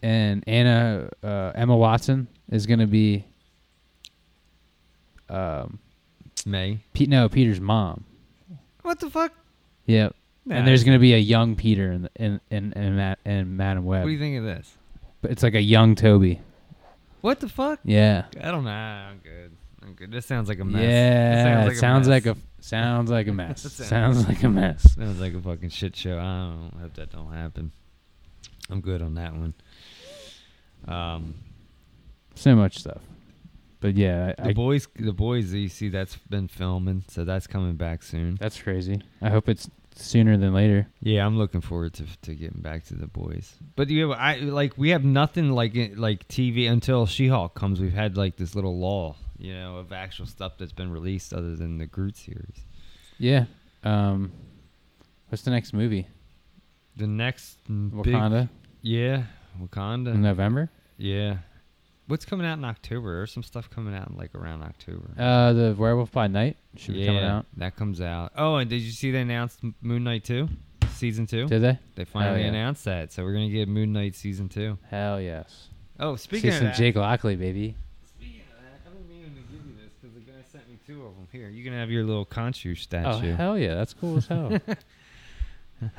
S1: and Anna uh, Emma Watson is going to be um
S2: May.
S1: Pete no, Peter's mom.
S2: What the fuck?
S1: Yep.
S2: Nah.
S1: and there's going to be a young Peter in the, in in in, Ma- in Madam Web.
S2: What do you think of this?
S1: But it's like a young Toby.
S2: What the fuck?
S1: Yeah.
S2: I don't know. I'm good. I'm good. This sounds like a mess. This
S1: Yeah, it sounds like
S2: mess.
S1: a sounds like a
S2: [LAUGHS]
S1: mess.
S2: Sounds-
S1: sounds like a mess.
S2: Sounds like a fucking shit show. I don't hope that don't happen. I'm good on that one. Um,
S1: So much stuff. But yeah, I,
S2: the
S1: I-
S2: boys, the boys, you see, that's been filming, so that's coming back soon.
S1: that's crazy. I hope it's sooner than later.
S2: Yeah, I'm looking forward to, to getting back to the boys. But you, have, I like we have nothing like it- like TV until She-Hulk comes. We've had like this little lull, you know, of actual stuff that's been released other than the Groot series.
S1: Yeah. Um, what's the next movie?
S2: The next mm, big-
S1: Wakanda
S2: yeah, Wakanda.
S1: in November.
S2: Yeah, what's coming out in October? There's some stuff coming out like around October.
S1: Uh, the Werewolf by Night should be
S2: yeah,
S1: coming out.
S2: that comes out. Oh, and did you see they announced M- Moon Knight two, season two?
S1: Did they?
S2: They finally
S1: yeah.
S2: announced that, so we're gonna get Moon Knight season two.
S1: Hell yes.
S2: Oh, speaking
S1: See
S2: of
S1: some
S2: that,
S1: Jake Lockley, baby.
S2: Speaking of that, I've been meaning to give you this because the guy sent me two of them. Here, you can have your little Conchu
S1: Oh
S2: statue.
S1: hell yeah, that's cool as [LAUGHS] hell.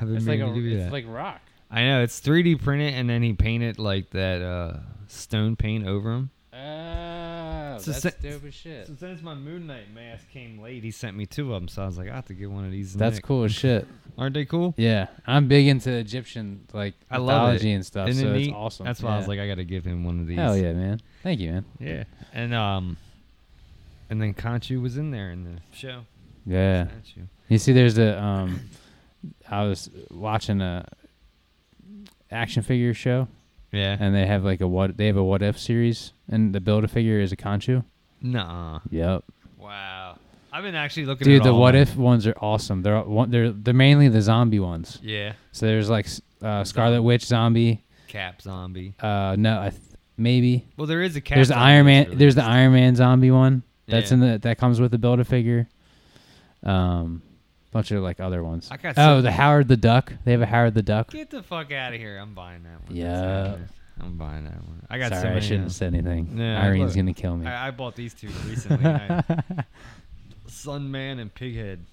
S2: I've been
S3: It's like
S2: meaning
S3: a,
S2: to give you
S3: it's
S2: that.
S3: like rock.
S2: I know it's 3D printed, and then he painted like that uh, stone paint over him.
S3: Oh,
S2: It's a
S3: that's
S2: se-
S3: dope as shit.
S2: So since my Moon Knight mask came late, he sent me two of them. So I was like, I have to get one of these.
S1: that's
S2: next.
S1: cool as shit.
S2: Aren't they cool?
S1: Yeah, I'm big into Egyptian like
S2: I love it.
S1: mythology and stuff,
S2: Isn't
S1: so
S2: it
S1: it's
S2: neat?
S1: awesome.
S2: That's why I was
S1: Yeah.
S2: like, I got to give him one of these.
S1: hell yeah, man. Thank you, man.
S2: Yeah. And um, and then Conchu was in there in the show.
S1: Yeah.
S2: Statue.
S1: You see, there's a. Um, I was watching a action figure show,
S2: Yeah.
S1: and they have like a what they have a what if series, and the build a figure is a Conchu.
S2: Nah.
S1: Yep.
S2: Wow. I've been actually looking.
S1: Dude,
S2: at
S1: the
S2: all
S1: what
S2: of
S1: if ones are awesome. They're all- one- they're they're mainly the zombie ones.
S2: Yeah.
S1: So there's like s- uh, Scarlet Witch zombie.
S2: Cap zombie.
S1: Uh, no, I th- maybe
S2: Well, there is a cap.
S1: there's the
S2: zombie
S1: Iron Man.
S2: that's
S1: There's
S2: released.
S1: the Iron Man zombie one. That's
S2: Yeah.
S1: in the that comes with the build a figure. Um, bunch of like other ones.
S2: I got
S1: oh,
S2: some-
S1: the Howard the Duck. They have a Howard the Duck.
S2: Get the fuck out of here! I'm buying that one. That's
S1: Yeah.
S2: happening. I'm buying that one. I got so
S1: Sorry, I
S2: many.
S1: shouldn't have
S2: now.
S1: said anything.
S2: No,
S1: Irene's
S2: look,
S1: gonna kill me.
S2: I, I bought these two recently.
S1: [LAUGHS]
S2: and I, Sun Man and Pighead.
S3: And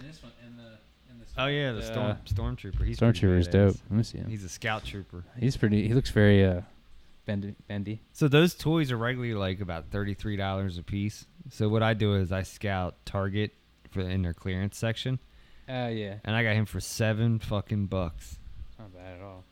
S3: this one, and the, and the
S2: Oh yeah, the storm stormtrooper. He's pretty
S1: Stormtrooper is
S2: badass.
S1: dope. Let me see him. He's,
S2: He's a scout trooper.
S1: pretty. He looks very uh, bendy. bendy.
S2: So those toys are regularly like about thirty three dollars a piece. So what I do is I scout Target for in their clearance section,
S1: Uh,
S3: Oh yeah,
S2: and I got him for seven fucking bucks.
S3: not bad at all.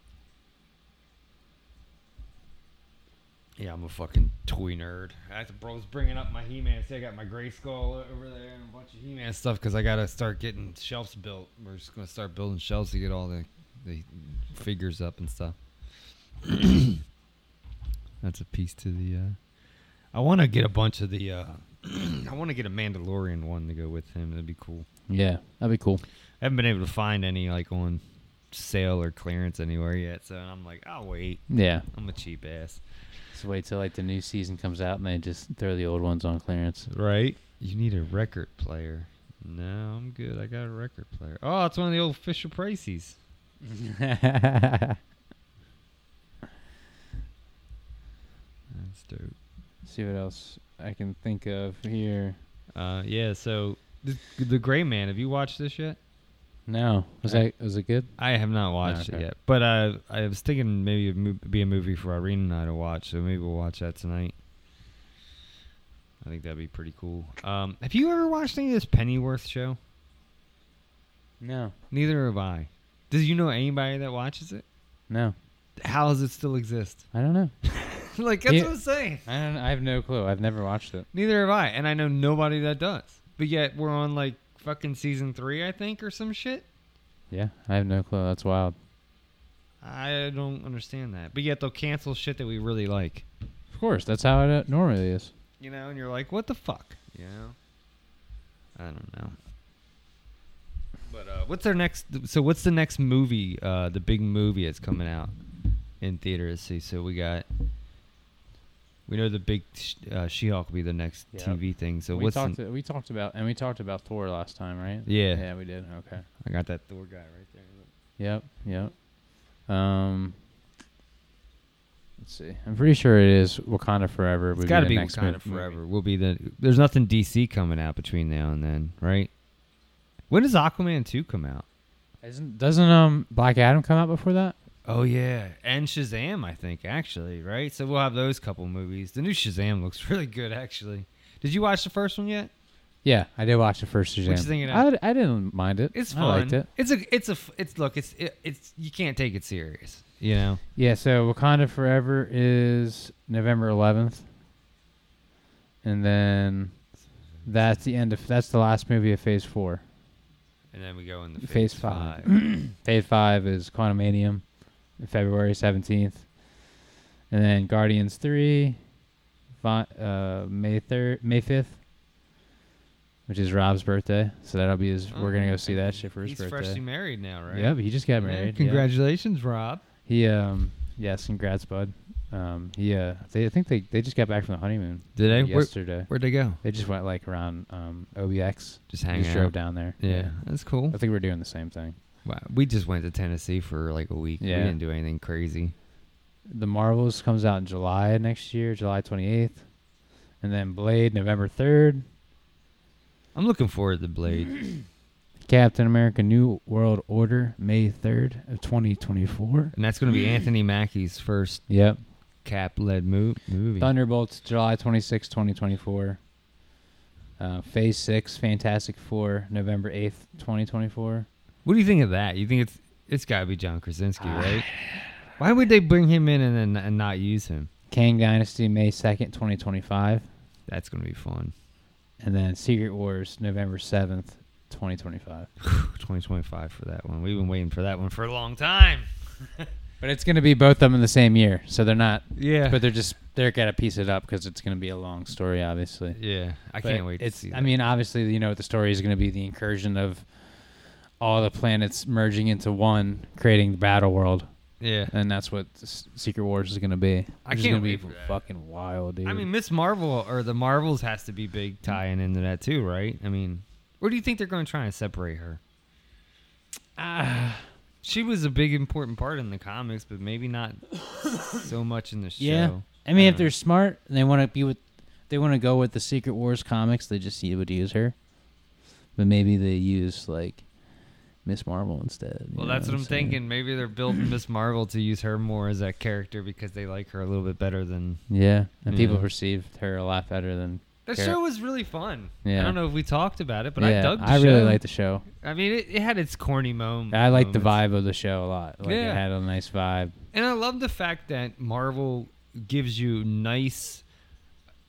S2: Yeah, I'm a fucking toy nerd. That's bro's bringing up my He-Man. See, I got my Gray Skull over there and a bunch of He-Man stuff because I gotta start getting shelves built. We're just gonna start building shelves to get all the the figures up and stuff. [COUGHS] That's a piece to the. Uh, I want to get a bunch of the. Uh, [CLEARS THROAT] I want to get a Mandalorian one to go with him. That'd be cool.
S1: Yeah, that'd be cool.
S2: I haven't been able to find any like on sale or clearance anywhere yet, so I'm like, I'll wait.
S1: Yeah.
S2: I'm a cheap ass.
S1: Just wait till like the new season comes out and they just throw the old ones on clearance.
S2: Right? You need a record player. No, I'm good. I got a record player. Oh, it's one of the old Fisher Prices. That's dope.
S1: [LAUGHS] see what else I can think of here.
S2: Uh, yeah, so the, the Gray Man, have you watched this yet?
S1: No, was that was it good?
S2: I have not watched it
S1: okay.
S2: yet. But uh, I was thinking maybe it'd mo- be a movie for Irene and I to watch, so maybe we'll watch that tonight. I think that'd be pretty cool. Um, have you ever watched any of this Pennyworth show?
S1: No,
S2: Neither have I. Does you know anybody that watches it?
S1: no,
S2: How does it still exist? [LAUGHS]
S1: I don't know.
S2: like that's
S1: Yeah.
S2: what I'm saying.
S1: I don't. I have no clue. I've never watched it.
S2: Neither have I, and I know nobody that does. But yet we're on like fucking season three, I think, or some shit.
S1: Yeah, I have no clue. That's wild.
S2: I don't understand that. But yet they'll cancel shit that we really like.
S1: Of course, that's how it uh, normally is.
S2: You know, and you're like, what the fuck? You know? I don't know. But uh, what's their next? So what's the next movie? Uh, the big movie that's coming out in theaters. See, so we got. We know the big sh- uh, She-Hulk will be the next
S1: Yep.
S2: TV thing. So
S1: we
S2: what's? the-
S1: talked. we talked about and we talked about Thor last time, right?
S2: Yeah.
S1: Yeah, we did. Okay.
S2: I got that Thor guy right there.
S1: Yep. Yep. Um. Let's see. I'm pretty sure it is Wakanda Forever. would
S2: It's got to
S1: the
S2: be
S1: next
S2: Wakanda
S1: mov- movie.
S2: Forever. Will be the. There's nothing DC coming out between now and then, right? When does Aquaman two come out?
S1: Isn't doesn't um Black Adam come out before that?
S2: Oh yeah, and Shazam, I think actually, right? So we'll have those couple movies. The new Shazam looks [LAUGHS] really good, actually. Did you watch the first one yet?
S1: Yeah, I did watch the first Shazam.
S2: you think of
S1: I, I didn't mind it.
S2: It's
S1: I
S2: fun.
S1: liked it.
S2: It's a, it's a, f- it's look, it's, it, it's. You can't take it serious, you know.
S1: Yeah, so Wakanda Forever is November 11th, and then that's the end of that's the last movie of Phase Four.
S2: And then we go into
S1: Phase
S2: phase,
S1: five.
S2: [CLEARS THROAT]
S1: Phase five is Quantumanium, February seventeenth, and then Guardians three, Vi- uh, May third, May fifth, which is Rob's birthday. So that'll be his. we're gonna go see that shit for his
S2: Uh-huh. He's
S1: birthday.
S2: freshly married now, right?
S1: Yeah, but he just got
S2: Man,
S1: married. yeah.
S2: Congratulations, Rob.
S1: He um yes, congrats, bud. Um he uh they I think they they just got back from the honeymoon.
S2: Did they? Where-
S1: yesterday?
S2: Where'd they go?
S1: they just went like around um OBX.
S2: Just hang
S1: Just drove
S2: out.
S1: down there.
S2: Yeah, that's cool.
S1: I think we're doing the same thing.
S2: Wow. We just went to Tennessee for like a week. We
S1: Yeah.
S2: didn't do anything crazy.
S1: The Marvels comes out in July next year, July 28th. And then Blade, November 3rd.
S2: I'm looking forward to Blade.
S1: Captain America New World Order, May 3rd of 2024.
S2: and that's going to be Anthony Mackie's first
S1: Yep.
S2: cap led mo- movie.
S1: Thunderbolts, July 26th, 2024. Uh, Phase 6, Fantastic Four, November 8th, 2024.
S2: What do you think of that? You think it's it's got to be John Krasinski,
S1: Ah.
S2: right? Why would they bring him in and then and not use him?
S1: Kang Dynasty, May 2nd, 2025.
S2: That's going to be fun.
S1: And then Secret Wars, November 7th, 2025.
S2: 2025 for that one. We've been waiting for that one for a long time.
S1: But it's going to be both of them in the same year, so they're not.
S2: Yeah.
S1: But they're just they're gonna piece it up because it's going to be a long story, obviously.
S2: Yeah, I
S1: But
S2: can't wait
S1: It's.
S2: to see.
S1: I mean, obviously, you know, the story is going to be the incursion of all the planets merging into one, creating the battle world,
S2: yeah.
S1: and that's what S- Secret Wars is going to be.
S2: I
S1: which is
S2: can't
S1: gonna be
S2: wait for that.
S1: fucking wild, dude.
S2: I mean, Miss Marvel or the Marvels has to be big tying into that too, right? I mean, where do you think they're going to try and separate her? Ah, she was a big important part in the comics, but maybe [LAUGHS] not so uh, much in the show.
S1: yeah. I mean, if they're smart and they want to be with, they want to go with the Secret Wars comics, they just would use her. But maybe they use like Miss Marvel instead. you
S2: Well,
S1: know
S2: that's what I'm
S1: saying?
S2: thinking. Maybe they're building Miss Marvel to use her more as that character because they like her a little bit better than.
S1: Yeah, and people
S2: Yeah.
S1: perceived her a lot better than.
S2: That
S1: Char-
S2: show was really fun.
S1: Yeah.
S2: I don't know if we talked about it, but I
S1: yeah,
S2: dug the
S1: I really
S2: show.
S1: liked the show.
S2: I mean, it, it had its corny mom- moments.
S1: I liked the vibe of the show a lot. Like
S2: Yeah.
S1: it had a nice vibe.
S2: And I love the fact that Marvel gives you nice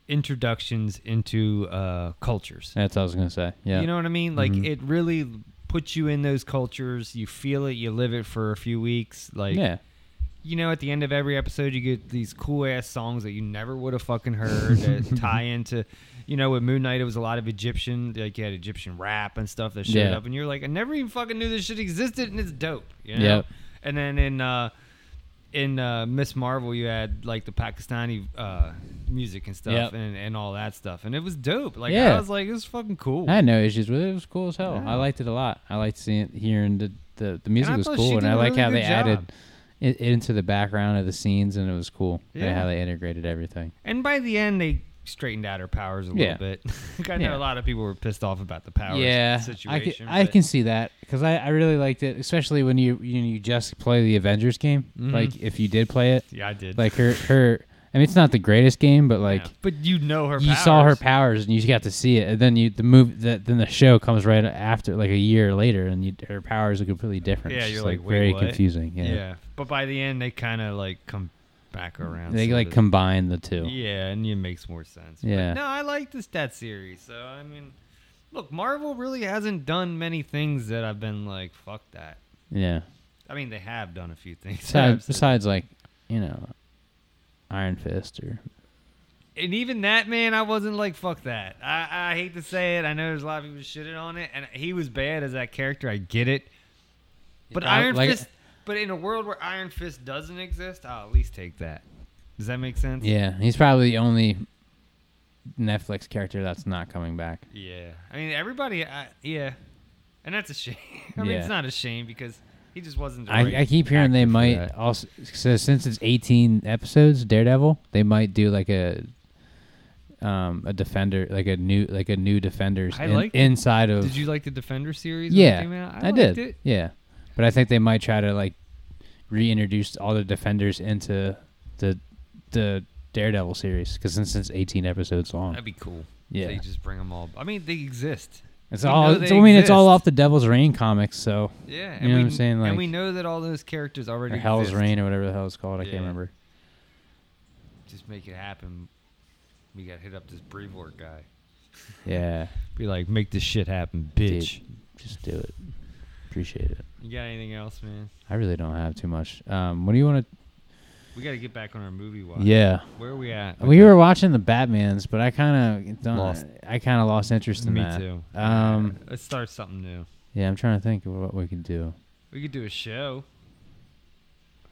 S2: introductions into uh, cultures.
S1: That's all I was gonna say. Yeah, Mm-hmm.
S2: You know what I mean? Like it really puts you in those cultures. You feel it. You live it for a few weeks. Like
S1: yeah,
S2: you know, at the end of every episode, you get these cool ass songs that you never would have fucking heard
S1: [LAUGHS]
S2: that tie into, you know, with Moon Knight, it was a lot of Egyptian, like you had Egyptian rap and stuff that showed
S1: Yeah.
S2: up, and you're like, I never even fucking knew this shit existed, and it's dope, you know.
S1: Yep.
S2: And then in uh, in uh, Miss Marvel, you had like the Pakistani uh, music and stuff,
S1: Yep.
S2: and, and all that stuff, and it was dope. Like I
S1: Yeah.
S2: was like, it's fucking cool.
S1: I had no issues with it. It was cool as hell. I liked it a lot. I liked seeing, hearing the the, the music
S2: I
S1: was
S2: thought
S1: cool,
S2: she
S1: and
S2: did
S1: I
S2: a
S1: like
S2: really
S1: how
S2: good
S1: they added
S2: job.
S1: it into the background of the scenes, and it was cool. Yeah,
S2: Yeah.
S1: how they integrated everything.
S2: And by the end, they straightened out her powers a
S1: Yeah.
S2: little bit. [LAUGHS] I know
S1: Yeah.
S2: a lot of people were pissed off about the powers
S1: yeah,
S2: situation.
S1: I can, I
S2: but-
S1: can see that because I, I really liked it, especially when you you, you just play the Avengers game. Like if you did play it,
S2: Yeah, I did.
S1: like her her. I mean, it's not the greatest game, but like
S2: Yeah. but you know her.
S1: you saw her
S2: powers.
S1: powers and you got to see it, and then you the move that then the show comes right after, like a year later, and you, her powers are completely different.
S2: Yeah,
S1: It's
S2: you're
S1: just,
S2: like, "Wait,
S1: very
S2: what?"
S1: confusing. Yeah,
S2: Yeah. but by the end, they kind of like come back around.
S1: they
S2: so
S1: like
S2: that-
S1: combine the two.
S2: Yeah, and it makes more sense. But
S1: Yeah.
S2: no, I like this that series. So I mean, look, Marvel really hasn't done many things that I've been like, fuck that.
S1: Yeah.
S2: I mean, they have done a few things. [LAUGHS]
S1: Besides, besides, like you know, Iron Fist or
S2: and even that man, I wasn't like fuck that. I, I hate to say it. I know there's a lot of people shitted on it, and he was bad as that character. I get it, but
S1: I-
S2: Iron
S1: like-
S2: Fist. But in a world where Iron Fist doesn't exist, I'll at least take that. Does that make sense?
S1: yeah, he's probably the only Netflix character that's not coming back.
S2: Yeah. I mean, everybody. I, yeah, and that's a shame. [LAUGHS] I mean,
S1: Yeah.
S2: it's not a shame because he just wasn't. the right
S1: I, I keep hearing they
S2: actor for
S1: might
S2: that.
S1: also so since it's 18 episodes Daredevil they might do like a um a defender like a new like a new defenders
S2: I
S1: in-
S2: liked it.
S1: inside of
S2: Did you like the Defender series? when it
S1: yeah
S2: came out?
S1: I,
S2: liked
S1: did
S2: It.
S1: yeah but I think they might try to like reintroduce all the defenders into the the Daredevil series because since it's 18 episodes long
S2: That'd be cool.
S1: Yeah.
S2: They just bring them all. I mean, they exist.
S1: it's
S2: we
S1: all
S2: know
S1: it's, I
S2: they
S1: mean it's all
S2: exist.
S1: off the Devil's Reign comics so
S2: Yeah,
S1: you know
S2: we,
S1: what I'm saying like
S2: and we know that all those characters already
S1: or Hell's
S2: exist.
S1: Reign or whatever the hell it's called I
S2: Yeah.
S1: can't remember
S2: Just make it happen. We got hit up this Brevoort guy.
S1: yeah
S2: Be like, make this shit happen, bitch.
S1: Dude, Just do it. Appreciate it.
S2: You got anything else, man?
S1: I really don't have too much. Um, what do you want to?
S2: We got to get back on our movie watch.
S1: Yeah.
S2: Where are we at?
S1: We were watching the Batman's, but I kind of lost. I kind of lost interest in
S2: Me
S1: that.
S2: too.
S1: Um,
S2: Let's start something new.
S1: yeah, I'm trying to think of what we could do.
S2: We could do a show.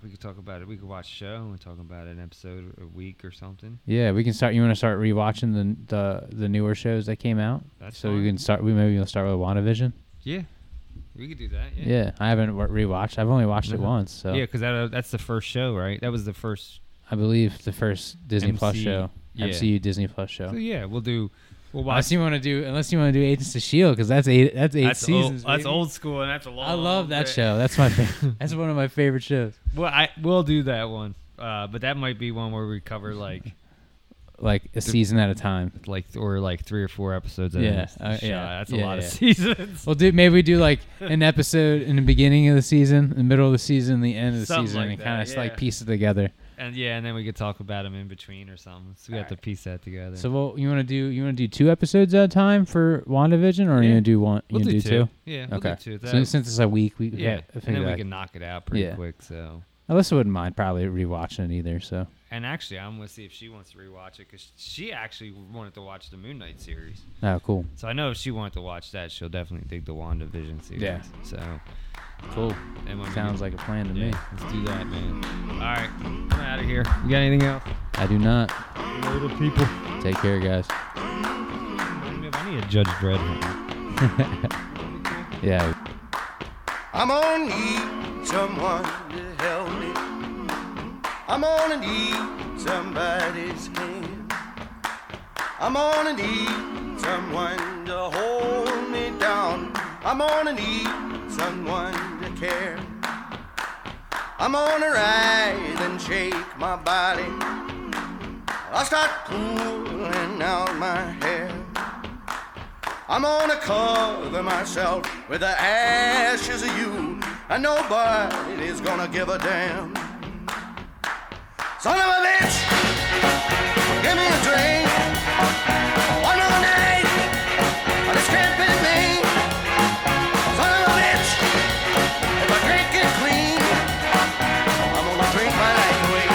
S2: We could talk about it. We could watch a show and talk about an episode a week or something.
S1: Yeah, we can start. You want to start rewatching the the the newer shows that came out?
S2: That's
S1: so
S2: fine.
S1: we can start. We maybe we'll start with WandaVision.
S2: Yeah, we could do that.
S1: Yeah,
S2: Yeah.
S1: I haven't wa- rewatched. I've only watched it
S2: No.
S1: once. So
S2: Yeah, because that, uh, that's the first show, right? That was the first.
S1: I believe the first Disney Plus
S2: MC
S1: show,
S2: yeah.
S1: MCU Disney Plus show.
S2: So yeah, we'll do. We'll watch.
S1: Unless you want to do, unless you want to do Agents of Shield, because E that's eight. That's eight
S2: That's
S1: seasons.
S2: old, that's
S1: baby.
S2: old school, and that's a long.
S1: I love that
S2: bit.
S1: show. That's my.
S2: [LAUGHS]
S1: Favorite. [LAUGHS] that's one of my favorite shows.
S2: Well, I will do that one, uh, but that might be one where we cover like
S1: [LAUGHS] Like a season at a time.
S2: like or like three or four episodes. at
S1: Yeah,
S2: a
S1: uh,
S2: shot.
S1: yeah,
S2: that's a
S1: yeah,
S2: lot of
S1: yeah.
S2: seasons. [LAUGHS]
S1: Well, do maybe we do like an episode in the beginning of the season, the middle of the season, the end of the
S2: Something
S1: season,
S2: like
S1: and
S2: that,
S1: kind of
S2: yeah.
S1: like piece it together.
S2: and yeah, and then we could talk about them in between or something. So we have to piece that together.
S1: So, well, you want to do you want to do two episodes at a time for WandaVision, or you want to do one?
S2: We'll
S1: you
S2: do
S1: do,
S2: two. Yeah, we'll do
S1: okay.
S2: two.
S1: So
S2: That-
S1: since it's a week, we
S2: yeah,
S1: yeah.
S2: and then we can knock it out pretty
S1: Yeah.
S2: quick. So,
S1: Alyssa wouldn't mind probably rewatching it either. So
S2: and actually, I'm gonna see if she wants to rewatch it because she actually wanted to watch the Moon Knight series.
S1: oh, cool,
S2: So I know if she wanted to watch that, she'll definitely dig the WandaVision series.
S1: Yeah.
S2: So
S1: cool.
S2: and when we
S1: Sounds
S2: get-
S1: like a plan to me.
S2: yeah, let's do that, man. All right, I'm out of here. You got anything else?
S1: I do not
S2: Little people.
S1: take care, guys.
S2: I need a Judge Dredd. one.
S1: Yeah.
S6: I'm gonna need someone to help me. I'm gonna need somebody's hand. I'm gonna need someone to hold me down. I'm gonna need someone to care. I'm gonna rise and shake my body. I'll start pulling out my hair. I'm gonna cover myself with the ashes of you, and nobody's gonna give a damn. Son of a bitch, give me a drink. One more night, but it's camping me. Son of a bitch, if I drink it clean, I'm gonna drink my life away.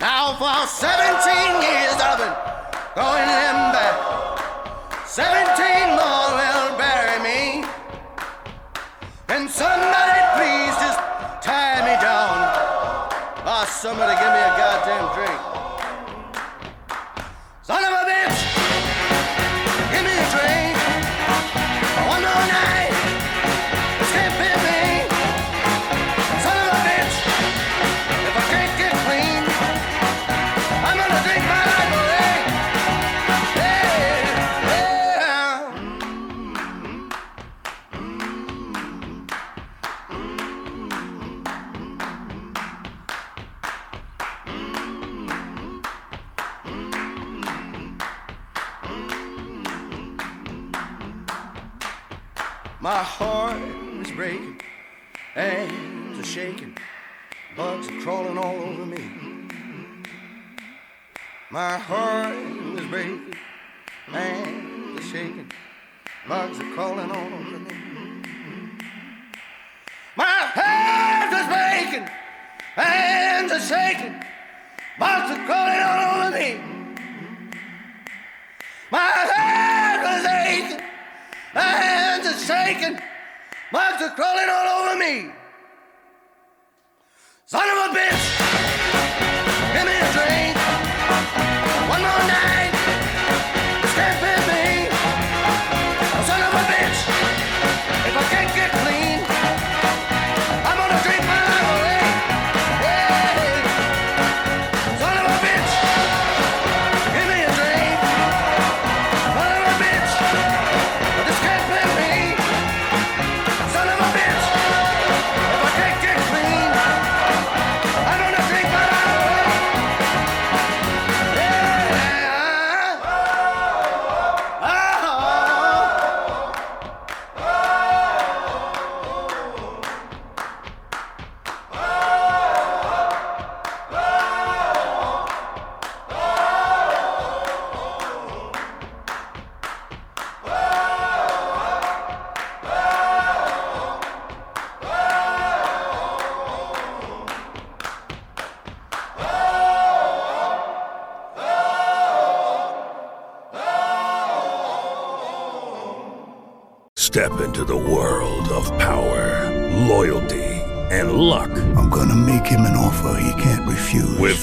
S6: Now for 17 years I've been going them back. 17 more will bury me. And somebody please just tie me down. Or somebody give me a goddamn drink. Son of a bitch! Give me a drink. One more night. It's hippie me. Son of a bitch! If I can't get clean. I'm gonna drink my life away. Yeah, yeah. My heart is breaking, hands are shaking, bugs are crawling all over me. My heart is breaking, hands are shaking, bugs are crawling all over me. My hands are breaking, hands are shaking, bugs are crawling all over me. My hands are aching, hands are shaking, bugs are crawling all over me. Son of a bitch, give me a drink. One more night, step with me. Oh, son of a bitch, if I can't get clean, I'm gonna drink my life away. Yeah. Son of a bitch, give me a drink. Son of a bitch, just can't blame me. Son of a bitch, if I can't get clean, I'm gonna Uh-huh.
S4: Step into the world of power, loyalty, and luck. I'm
S7: gonna make him an offer he can't refuse.
S4: With